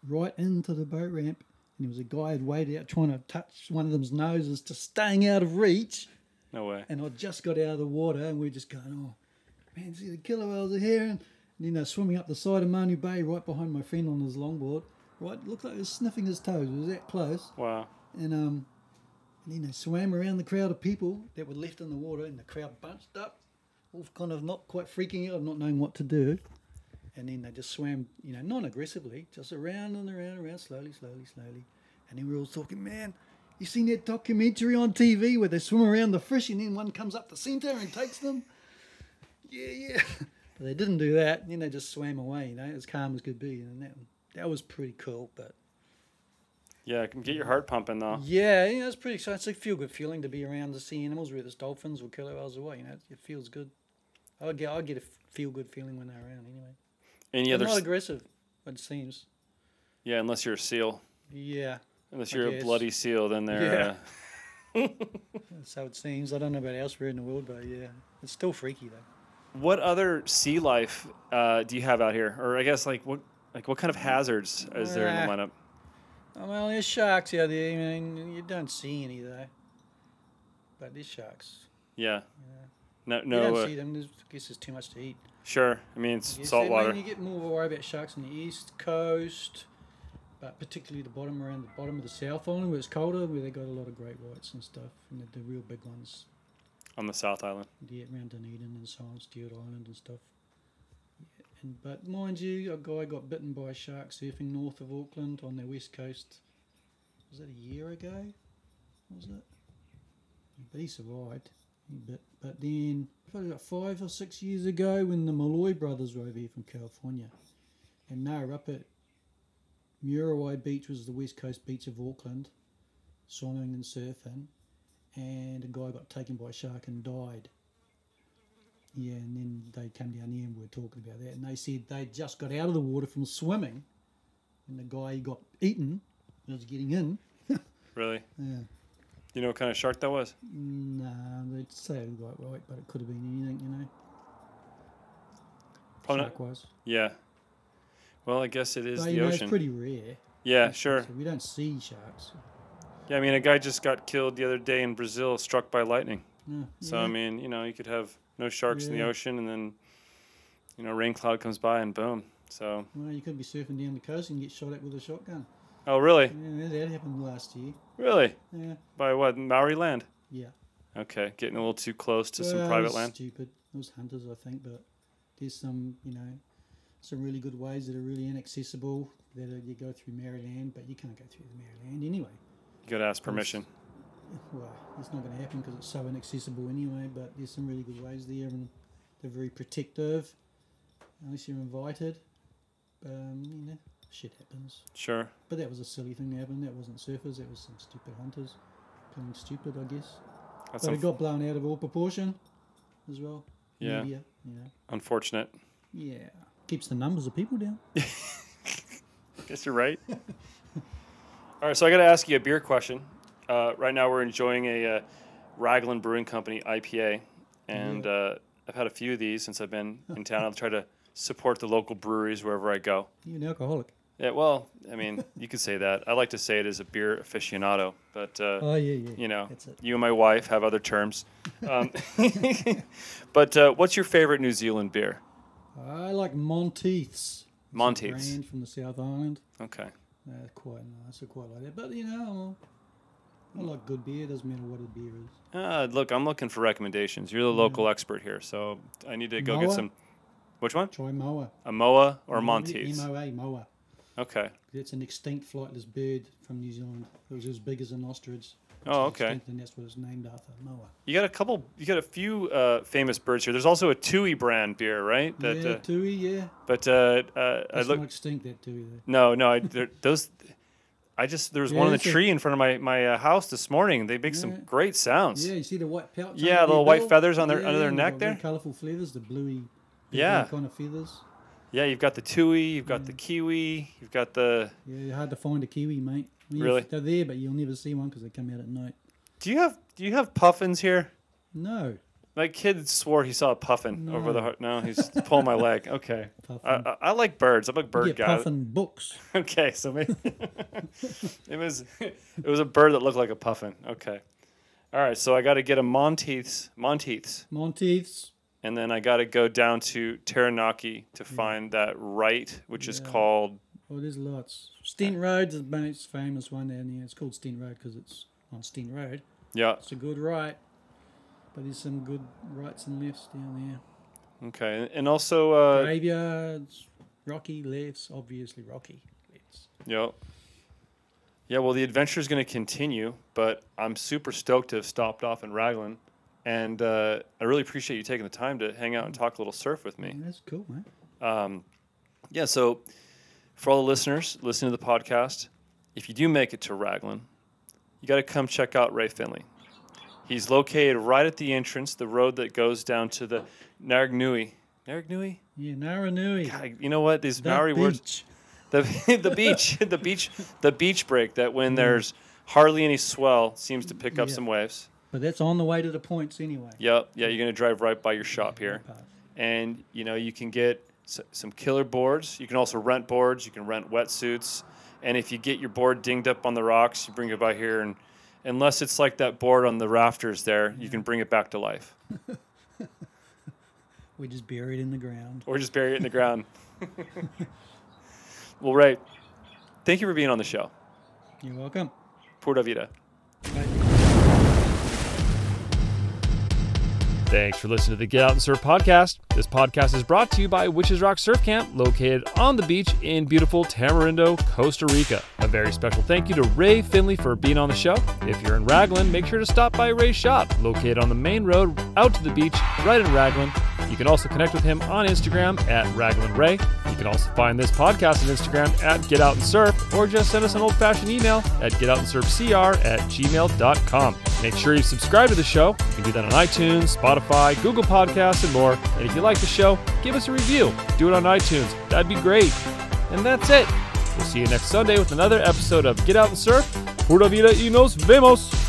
[SPEAKER 2] right into the boat ramp, and there was a guy had waited out trying to touch one of them's noses, just staying out of reach
[SPEAKER 1] No way.
[SPEAKER 2] and I just got out of the water, and we are just going, oh, man, see the killer whales are here, and, you know, swimming up the side of Manu Bay, right behind my friend on his longboard, right, looked like he was sniffing his toes, it was that close,
[SPEAKER 1] Wow.
[SPEAKER 2] and um, and then they swam around the crowd of people that were left in the water, and the crowd bunched up, all kind of not quite freaking out, not knowing what to do, and then they just swam, you know, non-aggressively, just around and around, around, slowly, slowly, slowly, and then we are all talking, man. You seen that documentary on TV where they swim around the fish and then one comes up the centre and takes them? Yeah, yeah. But they didn't do that. And then they just swam away, you know, as calm as could be. And that, that was pretty cool. But
[SPEAKER 1] Yeah, it can get your heart pumping though.
[SPEAKER 2] yeah, yeah, it's pretty exciting. It's a feel good feeling to be around to see animals, whether it's dolphins or killer whales away. You know, it feels good. I get I get a feel good feeling when they're around anyway.
[SPEAKER 1] Any
[SPEAKER 2] They're
[SPEAKER 1] other?
[SPEAKER 2] not
[SPEAKER 1] s-
[SPEAKER 2] aggressive, it seems.
[SPEAKER 1] Yeah, unless you're a seal.
[SPEAKER 2] Yeah,
[SPEAKER 1] Unless
[SPEAKER 2] I
[SPEAKER 1] you're a
[SPEAKER 2] guess.
[SPEAKER 1] bloody seal, then they're.
[SPEAKER 2] Yeah.
[SPEAKER 1] Uh,
[SPEAKER 2] that's how it seems. I don't know about elsewhere in the world, but yeah, it's still freaky though.
[SPEAKER 1] what other sea life uh, do you have out here, or I guess like what like what kind of hazards is there in the
[SPEAKER 2] Uh,
[SPEAKER 1] lineup?
[SPEAKER 2] Oh, well, there's sharks out there. I mean, you don't see any though, but there's sharks.
[SPEAKER 1] Yeah. No,
[SPEAKER 2] you
[SPEAKER 1] no.
[SPEAKER 2] don't
[SPEAKER 1] Uh,
[SPEAKER 2] see them. There's, I guess there's too much to eat.
[SPEAKER 1] sure. I mean, it's
[SPEAKER 2] I guess
[SPEAKER 1] salt
[SPEAKER 2] they mainly
[SPEAKER 1] water.
[SPEAKER 2] get more worried about sharks on the east coast, but particularly the bottom around the bottom of the South Island where it's colder, where they got a lot of great whites and stuff, and the, the real big ones,
[SPEAKER 1] on the South Island.
[SPEAKER 2] yeah, around Dunedin and so on, Stewart Island and stuff. Yeah, and but mind you, a guy got bitten by a shark surfing north of Auckland on the west coast. Was that a year ago? Was it? But he survived. He bit. But then, probably about five or six years ago, when the Malloy brothers were over here from California, and they were up at Murawai Beach, was the west coast beach of Auckland, swimming and surfing, and a guy got taken by a shark and died. Yeah, and then they came down here and we were talking about that, and they said they just got out of the water from swimming, and the guy who got eaten was getting in.
[SPEAKER 1] Really?
[SPEAKER 2] Yeah.
[SPEAKER 1] You know what kind of shark that was?
[SPEAKER 2] Nah, they'd say it right, right, but it could have been anything, you know.
[SPEAKER 1] Probably not-
[SPEAKER 2] Shark-wise.
[SPEAKER 1] Yeah. Well, I guess it Oh, is
[SPEAKER 2] But,
[SPEAKER 1] the
[SPEAKER 2] you know,
[SPEAKER 1] ocean.
[SPEAKER 2] it's pretty rare.
[SPEAKER 1] yeah, sure.
[SPEAKER 2] So we don't see sharks.
[SPEAKER 1] Yeah, I mean, a guy just got killed the other day in Brazil, struck by lightning.
[SPEAKER 2] No.
[SPEAKER 1] So
[SPEAKER 2] yeah.
[SPEAKER 1] I mean, you know, you could have no sharks in the
[SPEAKER 2] Yeah.
[SPEAKER 1] ocean, and then, you know, rain cloud comes by and boom. So,
[SPEAKER 2] Well, you could be surfing down the coast and get shot at with a shotgun.
[SPEAKER 1] oh, really?
[SPEAKER 2] Yeah, that happened last year.
[SPEAKER 1] Really?
[SPEAKER 2] Yeah,
[SPEAKER 1] By what? Maori land?
[SPEAKER 2] yeah.
[SPEAKER 1] Okay, getting a little too close to some
[SPEAKER 2] Well,
[SPEAKER 1] private
[SPEAKER 2] it's
[SPEAKER 1] land.
[SPEAKER 2] Stupid. It was hunters, I think, but there's some, you know, some really good ways that are really inaccessible that are, you go through Maryland, but you can't go through the Maryland anyway.
[SPEAKER 1] You gotta ask permission.
[SPEAKER 2] Well, it's not going to happen because it's so inaccessible anyway. But there's some really good ways there, and they're very protective unless you're invited. Um, you know, shit happens.
[SPEAKER 1] Sure.
[SPEAKER 2] But that was a silly thing that happened. That wasn't surfers. That was some stupid hunters playing stupid, I guess.
[SPEAKER 1] That's
[SPEAKER 2] But it
[SPEAKER 1] unf-
[SPEAKER 2] got blown out of all proportion as well.
[SPEAKER 1] Yeah.
[SPEAKER 2] Media, you know.
[SPEAKER 1] unfortunate.
[SPEAKER 2] Yeah. Keeps the numbers of people down.
[SPEAKER 1] Guess you're right. All right, so I got to ask you a beer question. Uh, right now, we're enjoying a uh, Raglan Brewing Company IPA, and uh, I've had a few of these since I've been in town. I'll try to support the local breweries wherever I go.
[SPEAKER 2] You're an alcoholic.
[SPEAKER 1] Yeah, well, I mean, you could say that. I like to say it as a beer aficionado, but uh,
[SPEAKER 2] Oh, yeah, yeah.
[SPEAKER 1] you know,
[SPEAKER 2] That's it.
[SPEAKER 1] you and my wife have other terms. Um, but uh, what's your favorite New Zealand beer?
[SPEAKER 2] I like Monteiths.
[SPEAKER 1] Monteiths.
[SPEAKER 2] Brand from the South Island.
[SPEAKER 1] Okay.
[SPEAKER 2] They're quite nice. I quite like that. But, you know, I'm, I like good beer. doesn't matter what a beer is.
[SPEAKER 1] Uh, look, I'm looking for recommendations. You're the local expert here, so I need to go get
[SPEAKER 2] Mm-hmm. Moa?
[SPEAKER 1] some. Which one?
[SPEAKER 2] Try Moa.
[SPEAKER 1] A Moa or a Monteith?
[SPEAKER 2] M-O-A, Moa.
[SPEAKER 1] Okay.
[SPEAKER 2] It's an extinct flightless bird from New Zealand. It was as big as an ostrich.
[SPEAKER 1] Oh,
[SPEAKER 2] It's
[SPEAKER 1] okay.
[SPEAKER 2] extinct, and that's what it's named after, Moa.
[SPEAKER 1] You got a couple. You got a few uh, famous birds here. There's also a Tui brand beer, right? That,
[SPEAKER 2] yeah,
[SPEAKER 1] uh,
[SPEAKER 2] Tui, yeah.
[SPEAKER 1] but uh, uh, I
[SPEAKER 2] It's
[SPEAKER 1] look.
[SPEAKER 2] not extinct, that Tui, though.
[SPEAKER 1] No, no. I, there, those. I just there was one in the
[SPEAKER 2] Yeah, it's a-
[SPEAKER 1] tree in front of my my uh, house this morning. They make some
[SPEAKER 2] Yeah.
[SPEAKER 1] great sounds.
[SPEAKER 2] Yeah, you see the white pouch?
[SPEAKER 1] Yeah,
[SPEAKER 2] under
[SPEAKER 1] little
[SPEAKER 2] their
[SPEAKER 1] white
[SPEAKER 2] bill?
[SPEAKER 1] feathers on their-
[SPEAKER 2] yeah,
[SPEAKER 1] under their
[SPEAKER 2] and
[SPEAKER 1] neck
[SPEAKER 2] they've got
[SPEAKER 1] there?
[SPEAKER 2] Really colourful feathers, the bluey. bluey
[SPEAKER 1] Yeah.
[SPEAKER 2] kind of feathers.
[SPEAKER 1] Yeah, you've got the Tui, you've got
[SPEAKER 2] Mm.
[SPEAKER 1] the Kiwi, you've got the.
[SPEAKER 2] Yeah, hard to find a kiwi, mate. I mean,
[SPEAKER 1] Really?
[SPEAKER 2] They're there, but you'll never see one because they come out at night.
[SPEAKER 1] Do you have do you have puffins here?
[SPEAKER 2] No,
[SPEAKER 1] My kid swore he saw a puffin over the.
[SPEAKER 2] No.
[SPEAKER 1] har- No, he's pulling my leg. Okay. I,
[SPEAKER 2] puffin.
[SPEAKER 1] I, I like birds. I'm a bird
[SPEAKER 2] you get
[SPEAKER 1] guy.
[SPEAKER 2] puffin books.
[SPEAKER 1] Okay, so maybe it was it was a bird that looked like a puffin. Okay. All right, so I got to get a Monteiths, Monteiths,
[SPEAKER 2] Monteiths.
[SPEAKER 1] and then I got to go down to Taranaki to find that right, which is
[SPEAKER 2] Mm. Yeah.
[SPEAKER 1] called
[SPEAKER 2] Oh, there's lots. Stent Road's the most famous one down here. It's called Stent Road because it's on Stent Road.
[SPEAKER 1] yeah.
[SPEAKER 2] It's a good right, but there's some good rights and lefts down
[SPEAKER 1] Okay, and also
[SPEAKER 2] there.
[SPEAKER 1] uh,
[SPEAKER 2] Graveyards, rocky lefts, obviously rocky lefts.
[SPEAKER 1] yeah, yeah. Well, the adventure is going to continue, but I'm super stoked to have stopped off in Raglan, and uh, I really appreciate you taking the time to hang out and talk a little surf with me.
[SPEAKER 2] Yeah, that's cool, mate.
[SPEAKER 1] Um, yeah, so for all the listeners listening to the podcast, if you do make it to Raglan, you got to come check out Ray Finley. He's located right at the entrance, the road that goes down to the Naragnui. Naragnui?
[SPEAKER 2] Yeah, Naranui.
[SPEAKER 1] God, you know what? These
[SPEAKER 2] The
[SPEAKER 1] Maori words.
[SPEAKER 2] beach.
[SPEAKER 1] The, the beach, the beach, the beach break that when there's hardly any swell seems to pick up
[SPEAKER 2] Yeah.
[SPEAKER 1] some waves.
[SPEAKER 2] But that's on the way to the points anyway.
[SPEAKER 1] Yep. Yeah, you're going to drive right by your shop here. and you know you can get s- some killer boards. You can also rent boards. You can rent wetsuits. And if you get your board dinged up on the rocks, you bring it by here, and unless it's like that board on the rafters there, you can bring it back to life,
[SPEAKER 2] We just buried in the ground.
[SPEAKER 1] or just bury it in the ground. well, Ray, thank you for being on the show.
[SPEAKER 2] You're welcome.
[SPEAKER 1] Pura vida.
[SPEAKER 3] Thanks for listening to the Get Out and Surf podcast. This podcast is brought to you by Witches Rock Surf Camp, located on the beach in beautiful Tamarindo, Costa Rica. A very special thank you to Ray Finley for being on the show. If you're in Raglan, make sure to stop by Ray's shop, located on the main road out to the beach, right in Raglan. You can also connect with him on Instagram at Raglan Ray. You
[SPEAKER 1] You can also find this podcast on Instagram at Get Out and Surf, or just send us an old fashioned email at getoutansurfcr at gmail.com. Make sure you subscribe to the show. You can do that on iTunes, Spotify, Google Podcasts, and more. And if you like the show, give us a review. Do it on iTunes. That'd be great. And that's it. We'll see you next Sunday with another episode of Get Out and Surf. Pura vida y nos vemos!